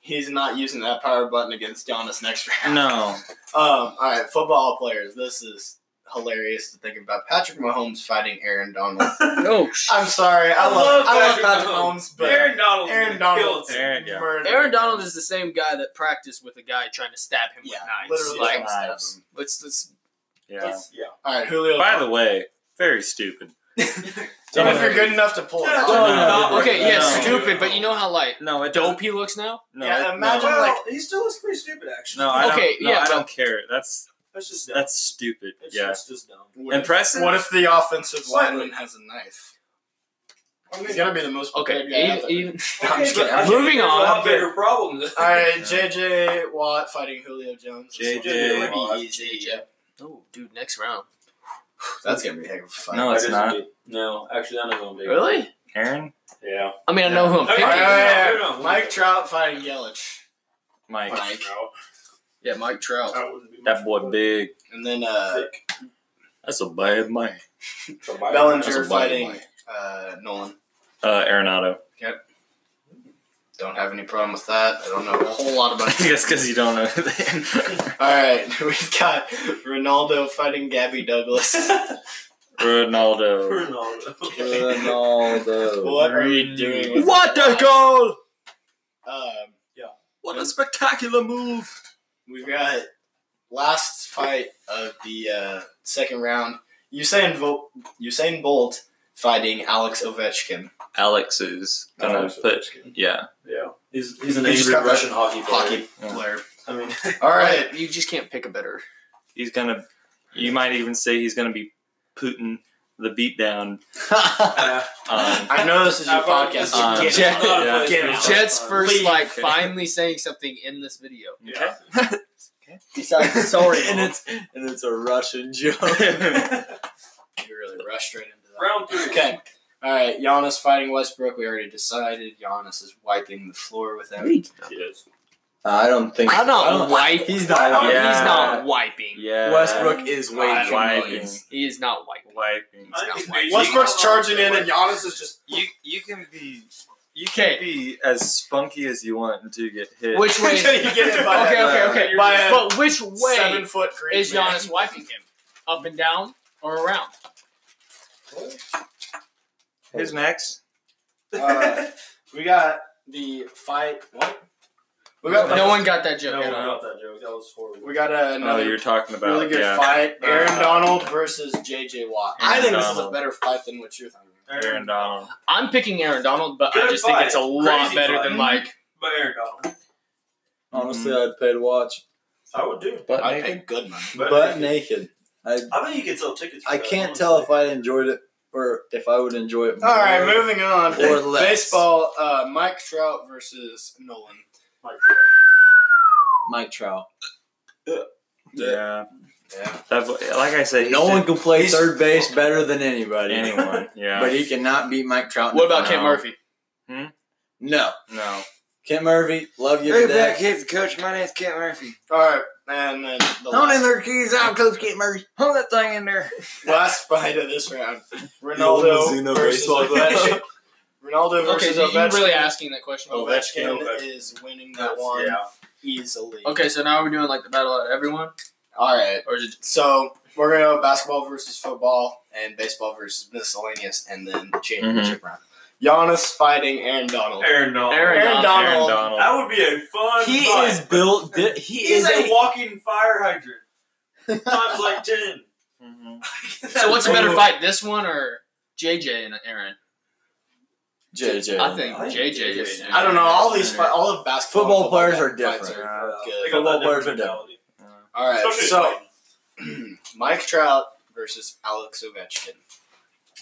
Speaker 3: He's not using that power button against Giannis next round.
Speaker 2: No.
Speaker 3: Um, all right, football players. This is hilarious to think about. Patrick Mahomes fighting Aaron Donald.
Speaker 4: Oh, sh-
Speaker 3: I'm sorry. I,
Speaker 5: I
Speaker 3: love,
Speaker 5: love
Speaker 3: I love
Speaker 5: Patrick
Speaker 3: Patrick
Speaker 5: Mahomes.
Speaker 3: Mahomes, but
Speaker 5: Aaron Donald.
Speaker 3: Aaron Donald.
Speaker 2: Aaron, yeah.
Speaker 3: murdered.
Speaker 4: Aaron Donald is the same guy that practiced with a guy trying to stab him
Speaker 3: Yeah,
Speaker 4: with knives.
Speaker 3: literally
Speaker 4: Like,
Speaker 3: like stabs
Speaker 2: knives.
Speaker 3: him.
Speaker 4: let's let's
Speaker 2: Yeah.
Speaker 5: Yeah.
Speaker 3: All right, Julio.
Speaker 2: By the way, very stupid.
Speaker 3: And if you're good enough to pull it off.
Speaker 2: Oh, no.
Speaker 4: Okay, yeah,
Speaker 2: No.
Speaker 4: stupid, but you know how like
Speaker 2: No, it
Speaker 4: dope he looks now.
Speaker 2: No,
Speaker 3: yeah,
Speaker 2: it-
Speaker 3: imagine
Speaker 5: Well,
Speaker 3: like
Speaker 5: he still looks pretty stupid, actually.
Speaker 2: No, no, I
Speaker 4: Okay,
Speaker 2: don't. No,
Speaker 4: yeah,
Speaker 2: I
Speaker 4: but-
Speaker 2: don't care. That's
Speaker 5: that's just dumb.
Speaker 2: that's stupid.
Speaker 5: It's
Speaker 2: yeah,
Speaker 5: just, it's just dumb.
Speaker 3: what if-
Speaker 2: impressive.
Speaker 3: What if the offensive
Speaker 5: Slightly.
Speaker 3: lineman has a knife?
Speaker 5: I mean,
Speaker 3: He's gonna be the most
Speaker 4: Okay,
Speaker 3: prepared guy out there.
Speaker 4: e- even
Speaker 5: okay,
Speaker 3: I'm just
Speaker 5: but
Speaker 3: kidding.
Speaker 5: I think
Speaker 4: Moving
Speaker 5: there's
Speaker 4: on.
Speaker 5: A lot bigger problem.
Speaker 3: All right, JJ Watt fighting Julio Jones. This one's
Speaker 2: JJ
Speaker 3: gonna be
Speaker 2: Watt.
Speaker 3: pretty easy.
Speaker 4: oh, dude, next round.
Speaker 3: That's gonna be a heck of a fight.
Speaker 2: No, it's
Speaker 5: That is
Speaker 2: not.
Speaker 5: a big- No, actually, I know who I'm big.
Speaker 4: Really?
Speaker 2: Aaron,
Speaker 5: Yeah.
Speaker 4: I mean, I know who I'm
Speaker 5: Yeah.
Speaker 3: All
Speaker 4: picking.
Speaker 3: right, all right, all right.
Speaker 5: No, no, no.
Speaker 3: Mike Trout fighting Yelich,
Speaker 2: Mike,
Speaker 4: Mike.
Speaker 5: Trout.
Speaker 4: Yeah, Mike Trout.
Speaker 5: That wouldn't be
Speaker 2: that
Speaker 5: much
Speaker 2: boy
Speaker 5: fun.
Speaker 2: big.
Speaker 3: and then uh,
Speaker 5: Thick.
Speaker 2: That's a bad man.
Speaker 5: Somebody-
Speaker 3: Bellinger
Speaker 2: a body
Speaker 3: fighting uh, Nolan.
Speaker 2: Uh, Arenado.
Speaker 3: Don't have any problem with that. I don't know a whole lot about it.
Speaker 2: That's because you don't know. Ronaldo
Speaker 3: All right, we've got Ronaldo fighting Gabby Douglas.
Speaker 5: Ronaldo.
Speaker 3: what are we doing? With that?
Speaker 2: goal!
Speaker 3: Um,
Speaker 2: What a spectacular move!
Speaker 3: we've got last fight of the uh, second round. Usain Vo- Usain Bolt fighting Alex Ovechkin.
Speaker 2: Alex is gonna
Speaker 5: Alex
Speaker 2: put. Yeah.
Speaker 5: Yeah. He's, he's an
Speaker 3: He just
Speaker 5: angry
Speaker 3: got that
Speaker 5: Russian hockey player.
Speaker 3: Hockey
Speaker 2: Yeah.
Speaker 3: player.
Speaker 5: I mean,
Speaker 3: All right.
Speaker 4: you just can't pick a better.
Speaker 2: He's gonna. You might even say he's gonna be Putin the beatdown.
Speaker 5: uh,
Speaker 2: Um,
Speaker 3: I know this is your
Speaker 5: I've already-
Speaker 3: podcast.
Speaker 2: Um,
Speaker 3: Get it.
Speaker 4: Jet-
Speaker 2: Yeah.
Speaker 5: Get it.
Speaker 4: Jets first,
Speaker 3: Leave.
Speaker 4: like finally saying something in this video.
Speaker 5: Yeah.
Speaker 6: He sounds sorry.
Speaker 2: And
Speaker 6: it's and it's a Russian joke.
Speaker 3: You really rushed right into that.
Speaker 5: Round three.
Speaker 3: Okay. All right. Giannis fighting Westbrook. We already decided. Giannis is wiping the floor with him.
Speaker 5: Yes.
Speaker 6: I don't think.
Speaker 4: I'm
Speaker 6: I
Speaker 4: not
Speaker 6: don't-
Speaker 4: wiping.
Speaker 6: He's not.
Speaker 2: Yeah.
Speaker 4: He's not wiping.
Speaker 2: yeah.
Speaker 6: Westbrook is way
Speaker 2: I
Speaker 6: too
Speaker 2: like
Speaker 6: nice.
Speaker 2: him.
Speaker 4: He is not wiping.
Speaker 2: Wiping.
Speaker 5: I think
Speaker 4: not
Speaker 5: maybe-
Speaker 3: Westbrook's charging in, and Giannis is just.
Speaker 2: You you can be you can
Speaker 4: Okay.
Speaker 2: be as spunky as you want and do get hit.
Speaker 4: Which way?
Speaker 3: until you get it by
Speaker 4: Okay,
Speaker 3: a-
Speaker 4: okay, okay.
Speaker 3: By a
Speaker 4: But which
Speaker 3: seven
Speaker 4: way
Speaker 3: foot Greek
Speaker 4: is
Speaker 3: man.
Speaker 4: Giannis wiping him? Up and down or around?
Speaker 2: who's next?
Speaker 3: Uh, we got the fight. What? We got the,
Speaker 4: No one got that joke.
Speaker 5: No,
Speaker 4: at all.
Speaker 5: not that joke. That was horrible.
Speaker 3: We got uh,
Speaker 2: No,
Speaker 3: another
Speaker 2: Oh, you're talking about
Speaker 3: really good
Speaker 2: yeah.
Speaker 3: fight. Aaron
Speaker 5: Uh,
Speaker 3: Donald versus J.J. Watt. I
Speaker 2: Aaron
Speaker 3: think this is a
Speaker 2: Donald.
Speaker 3: better fight than what you're thinking.
Speaker 2: Aaron Donald.
Speaker 4: I'm picking Aaron Donald, but I
Speaker 5: Good
Speaker 4: just
Speaker 5: fight.
Speaker 4: think it's a lot
Speaker 5: Crazy
Speaker 4: better
Speaker 5: fight.
Speaker 4: than like.
Speaker 5: But Aaron Donald.
Speaker 6: Honestly, I'd pay to watch,
Speaker 5: I would do.
Speaker 2: But
Speaker 3: I paid good money.
Speaker 6: but naked. I
Speaker 5: I think you can sell tickets. for
Speaker 6: I
Speaker 5: that,
Speaker 6: can't
Speaker 5: honestly.
Speaker 6: tell if I enjoyed it or if I would enjoy it. More.
Speaker 3: All right, moving on.
Speaker 6: Or less.
Speaker 3: Baseball. Uh, Mike Trout versus Nolan.
Speaker 5: Like,
Speaker 6: Mike Trout.
Speaker 2: yeah,
Speaker 3: Yeah.
Speaker 2: that, like I said, he
Speaker 6: No
Speaker 2: should-
Speaker 6: one can play
Speaker 2: he's-
Speaker 6: third base better than anybody.
Speaker 2: anyone. Yeah,
Speaker 6: But he cannot beat Mike Trout. in
Speaker 4: What
Speaker 6: the
Speaker 4: about Kent
Speaker 6: final.
Speaker 4: Murphy?
Speaker 6: No.
Speaker 2: no.
Speaker 6: Kent Murphy, love you to death.
Speaker 2: kids. Coach, my name's Kent Murphy.
Speaker 3: All right, and then the
Speaker 6: Don't in
Speaker 3: last,
Speaker 6: their keys out, Coach Kent Murphy.
Speaker 2: Hold that thing in there.
Speaker 3: last fight of this round.
Speaker 6: old
Speaker 3: Ronaldo
Speaker 6: Mizuno
Speaker 3: versus
Speaker 6: baseball
Speaker 3: Ovechkin. Ronaldo
Speaker 4: Okay,
Speaker 3: versus
Speaker 4: so
Speaker 3: Ovechkin.
Speaker 4: you're really asking that question.
Speaker 3: Oh, Ovechkin,
Speaker 5: Ovechkin.
Speaker 3: is winning that
Speaker 5: That's-
Speaker 3: one
Speaker 5: Yeah.
Speaker 3: easily.
Speaker 4: Okay, so now we're doing like the battle out of everyone,
Speaker 3: All right.
Speaker 4: or is it
Speaker 3: So we're gonna go basketball versus football and baseball versus miscellaneous, and then the championship round. Giannis fighting Aaron Donald.
Speaker 5: Oh. Aaron Donald.
Speaker 4: Aaron
Speaker 3: Aaron Donald.
Speaker 2: Aaron Donald.
Speaker 5: That would be a fun
Speaker 6: He
Speaker 5: fight.
Speaker 6: is built. di- He
Speaker 5: He's
Speaker 6: is
Speaker 5: a
Speaker 6: a.
Speaker 5: walking fire hydrant. Times like ten.
Speaker 2: Mhm.
Speaker 5: Mm-hmm.
Speaker 4: So what's a better fight, this one or JJ and Aaron?
Speaker 6: JJ.
Speaker 4: I think
Speaker 5: I think
Speaker 4: JJ.
Speaker 5: JJ's-
Speaker 4: is-
Speaker 3: I don't know. All these fi- all of basketball
Speaker 6: Football
Speaker 3: and
Speaker 6: players are
Speaker 3: guy- fights
Speaker 6: different.
Speaker 3: are
Speaker 5: Yeah.
Speaker 3: good.
Speaker 5: They got
Speaker 6: Football
Speaker 5: that
Speaker 6: players
Speaker 5: different
Speaker 6: are
Speaker 5: mentality.
Speaker 3: All right.
Speaker 5: Especially
Speaker 3: So
Speaker 5: Titan.
Speaker 3: Mike Trout versus Alex Ovechkin.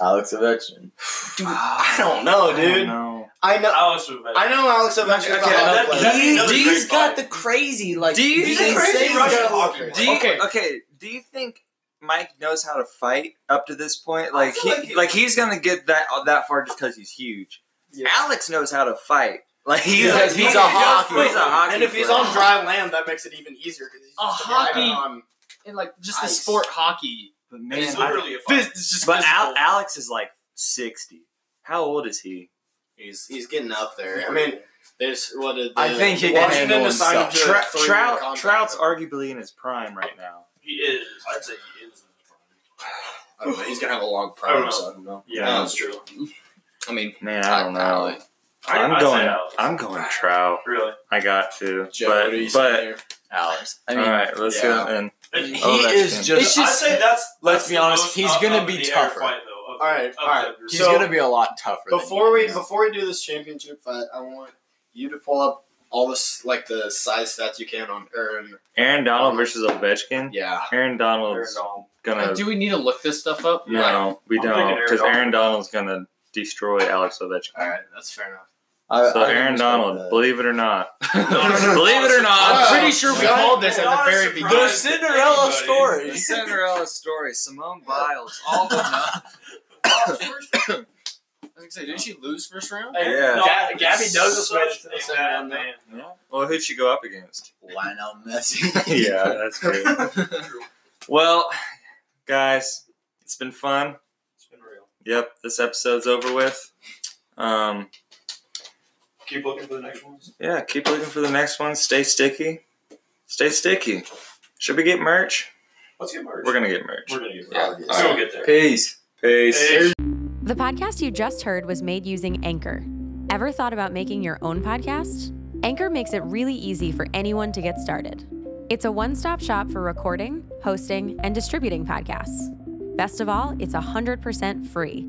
Speaker 6: Alex Ovechkin.
Speaker 4: Dude,
Speaker 3: I don't know,
Speaker 2: I don't
Speaker 3: Oh, dude.
Speaker 2: know.
Speaker 3: I know.
Speaker 5: Alex Ovechkin.
Speaker 3: I know Alex Ovechkin.
Speaker 2: Okay,
Speaker 5: that- that'd be another
Speaker 6: D's
Speaker 5: great
Speaker 6: got
Speaker 5: fight.
Speaker 6: the crazy like.
Speaker 2: Do you
Speaker 6: he's
Speaker 2: think-
Speaker 6: insane.
Speaker 5: Crazy Russian
Speaker 6: He's got a
Speaker 5: hockey player.
Speaker 6: little
Speaker 2: Do you,
Speaker 4: Okay.
Speaker 2: okay. Okay. Do you think Mike knows how to fight up to this point? Like
Speaker 5: feel
Speaker 2: he,
Speaker 5: like
Speaker 2: like,
Speaker 5: he-
Speaker 2: he's gonna get that uh, that far just because he's huge.
Speaker 5: Yeah.
Speaker 2: Alex knows how to fight. Like he's,
Speaker 6: Yeah,
Speaker 2: a,
Speaker 6: he's
Speaker 2: he's,
Speaker 6: a
Speaker 2: a
Speaker 6: hockey
Speaker 2: hockey. He's
Speaker 6: player.
Speaker 2: a hockey.
Speaker 3: and if he's
Speaker 2: player.
Speaker 3: on dry land, that makes it even easier because he's
Speaker 4: A
Speaker 3: just um, driving
Speaker 4: hockey-
Speaker 3: on.
Speaker 4: and like just the
Speaker 3: Ice.
Speaker 4: sport hockey.
Speaker 2: but man,
Speaker 5: It's
Speaker 2: I,
Speaker 5: literally a fight.
Speaker 4: Fist is just
Speaker 2: but Al,
Speaker 4: physical.
Speaker 2: Alex is like sixty. How old is he?
Speaker 3: He's he's getting up there. I mean, there's what did
Speaker 6: I
Speaker 3: the-
Speaker 6: think he can
Speaker 3: Washington
Speaker 6: handle
Speaker 3: decided
Speaker 6: himself.
Speaker 3: to
Speaker 2: Tra-
Speaker 3: throw him in
Speaker 2: Trout
Speaker 3: contact.
Speaker 2: Trout's arguably in his prime right now.
Speaker 5: He is. I'd say he is.
Speaker 3: I don't know, he's gonna have a long
Speaker 5: I don't
Speaker 3: prime.
Speaker 5: know.
Speaker 3: So I don't know.
Speaker 5: Yeah,
Speaker 3: Yeah.
Speaker 5: that's true.
Speaker 4: I mean,
Speaker 2: Man, I don't know.
Speaker 5: I,
Speaker 2: I'm
Speaker 5: I'd Say
Speaker 2: going.
Speaker 5: Alex.
Speaker 2: I'm going Trout.
Speaker 5: really.
Speaker 2: I got to.
Speaker 3: Joe, what do you
Speaker 2: but
Speaker 3: say
Speaker 2: but
Speaker 3: there?
Speaker 6: Alex. I mean,
Speaker 2: all right, let's
Speaker 3: yeah.
Speaker 2: go. And
Speaker 5: It's-
Speaker 6: he
Speaker 2: Oh, that's
Speaker 6: is
Speaker 2: him.
Speaker 6: just.
Speaker 4: It's just-
Speaker 5: I'd say that's.
Speaker 6: Let's
Speaker 5: that's
Speaker 6: be
Speaker 5: the
Speaker 6: honest,
Speaker 5: most
Speaker 6: he's
Speaker 5: up-
Speaker 6: gonna
Speaker 5: up
Speaker 6: be
Speaker 5: in the air
Speaker 6: tougher.
Speaker 5: Fight, though, All
Speaker 3: right, all right.
Speaker 6: He's
Speaker 3: So-
Speaker 6: gonna be a lot tougher. than
Speaker 3: Before
Speaker 6: you
Speaker 3: we
Speaker 6: now.
Speaker 3: before we do this championship fight, I want you to pull up all this like the size stats you can on Aaron.
Speaker 2: Aaron Donald versus Ovechkin.
Speaker 3: Yeah.
Speaker 2: Aaron Donald's gonna.
Speaker 4: Uh, do we need to look this stuff up? Like,
Speaker 2: no, we
Speaker 1: I'm thinking
Speaker 2: don't,
Speaker 1: Aaron
Speaker 2: because
Speaker 1: Donald.
Speaker 2: Aaron Donald's gonna destroy Alex Ovechkin.
Speaker 3: All right, that's fair enough.
Speaker 6: I-
Speaker 2: So
Speaker 6: I
Speaker 2: Aaron
Speaker 6: understand
Speaker 2: Donald,
Speaker 6: that.
Speaker 2: believe it or not,
Speaker 5: no,
Speaker 2: believe it or
Speaker 4: I'm
Speaker 2: not,
Speaker 4: pretty sure we
Speaker 3: Giant-
Speaker 4: called this at
Speaker 5: Giannis
Speaker 4: the very
Speaker 5: surprised
Speaker 6: the
Speaker 4: beginning.
Speaker 6: Cinderella
Speaker 5: Anybody.
Speaker 6: story.
Speaker 9: The Cinderella story, Simone Biles, all the
Speaker 4: I was gonna say, didn't she lose first round?
Speaker 5: Aaron
Speaker 2: Yeah.
Speaker 5: Donald
Speaker 3: Ga-
Speaker 5: is
Speaker 3: Gabby Douglas
Speaker 5: such
Speaker 3: went to the
Speaker 5: a
Speaker 3: second
Speaker 5: bad
Speaker 3: round,
Speaker 5: man.
Speaker 2: well, who'd she go up against?
Speaker 6: Lionel Messi.
Speaker 2: yeah, that's true. Well, guys, it's been fun.
Speaker 5: It's been real.
Speaker 2: Yep, this episode's over with. Um,
Speaker 5: Keep looking for the next ones.
Speaker 2: yeah, keep looking for the next one. Stay sticky. Stay sticky. Should we get merch?
Speaker 5: Let's get merch.
Speaker 2: We're gonna get merch.
Speaker 5: We're gonna get merch.
Speaker 2: Yeah.
Speaker 5: We're gonna get there.
Speaker 2: Peace. Peace.
Speaker 5: Peace.
Speaker 10: The podcast you just heard was made using Anchor. Ever thought about making your own podcast? Anchor makes it really easy for anyone to get started. It's a one stop shop for recording, hosting, and distributing podcasts. Best of all, it's 100% free.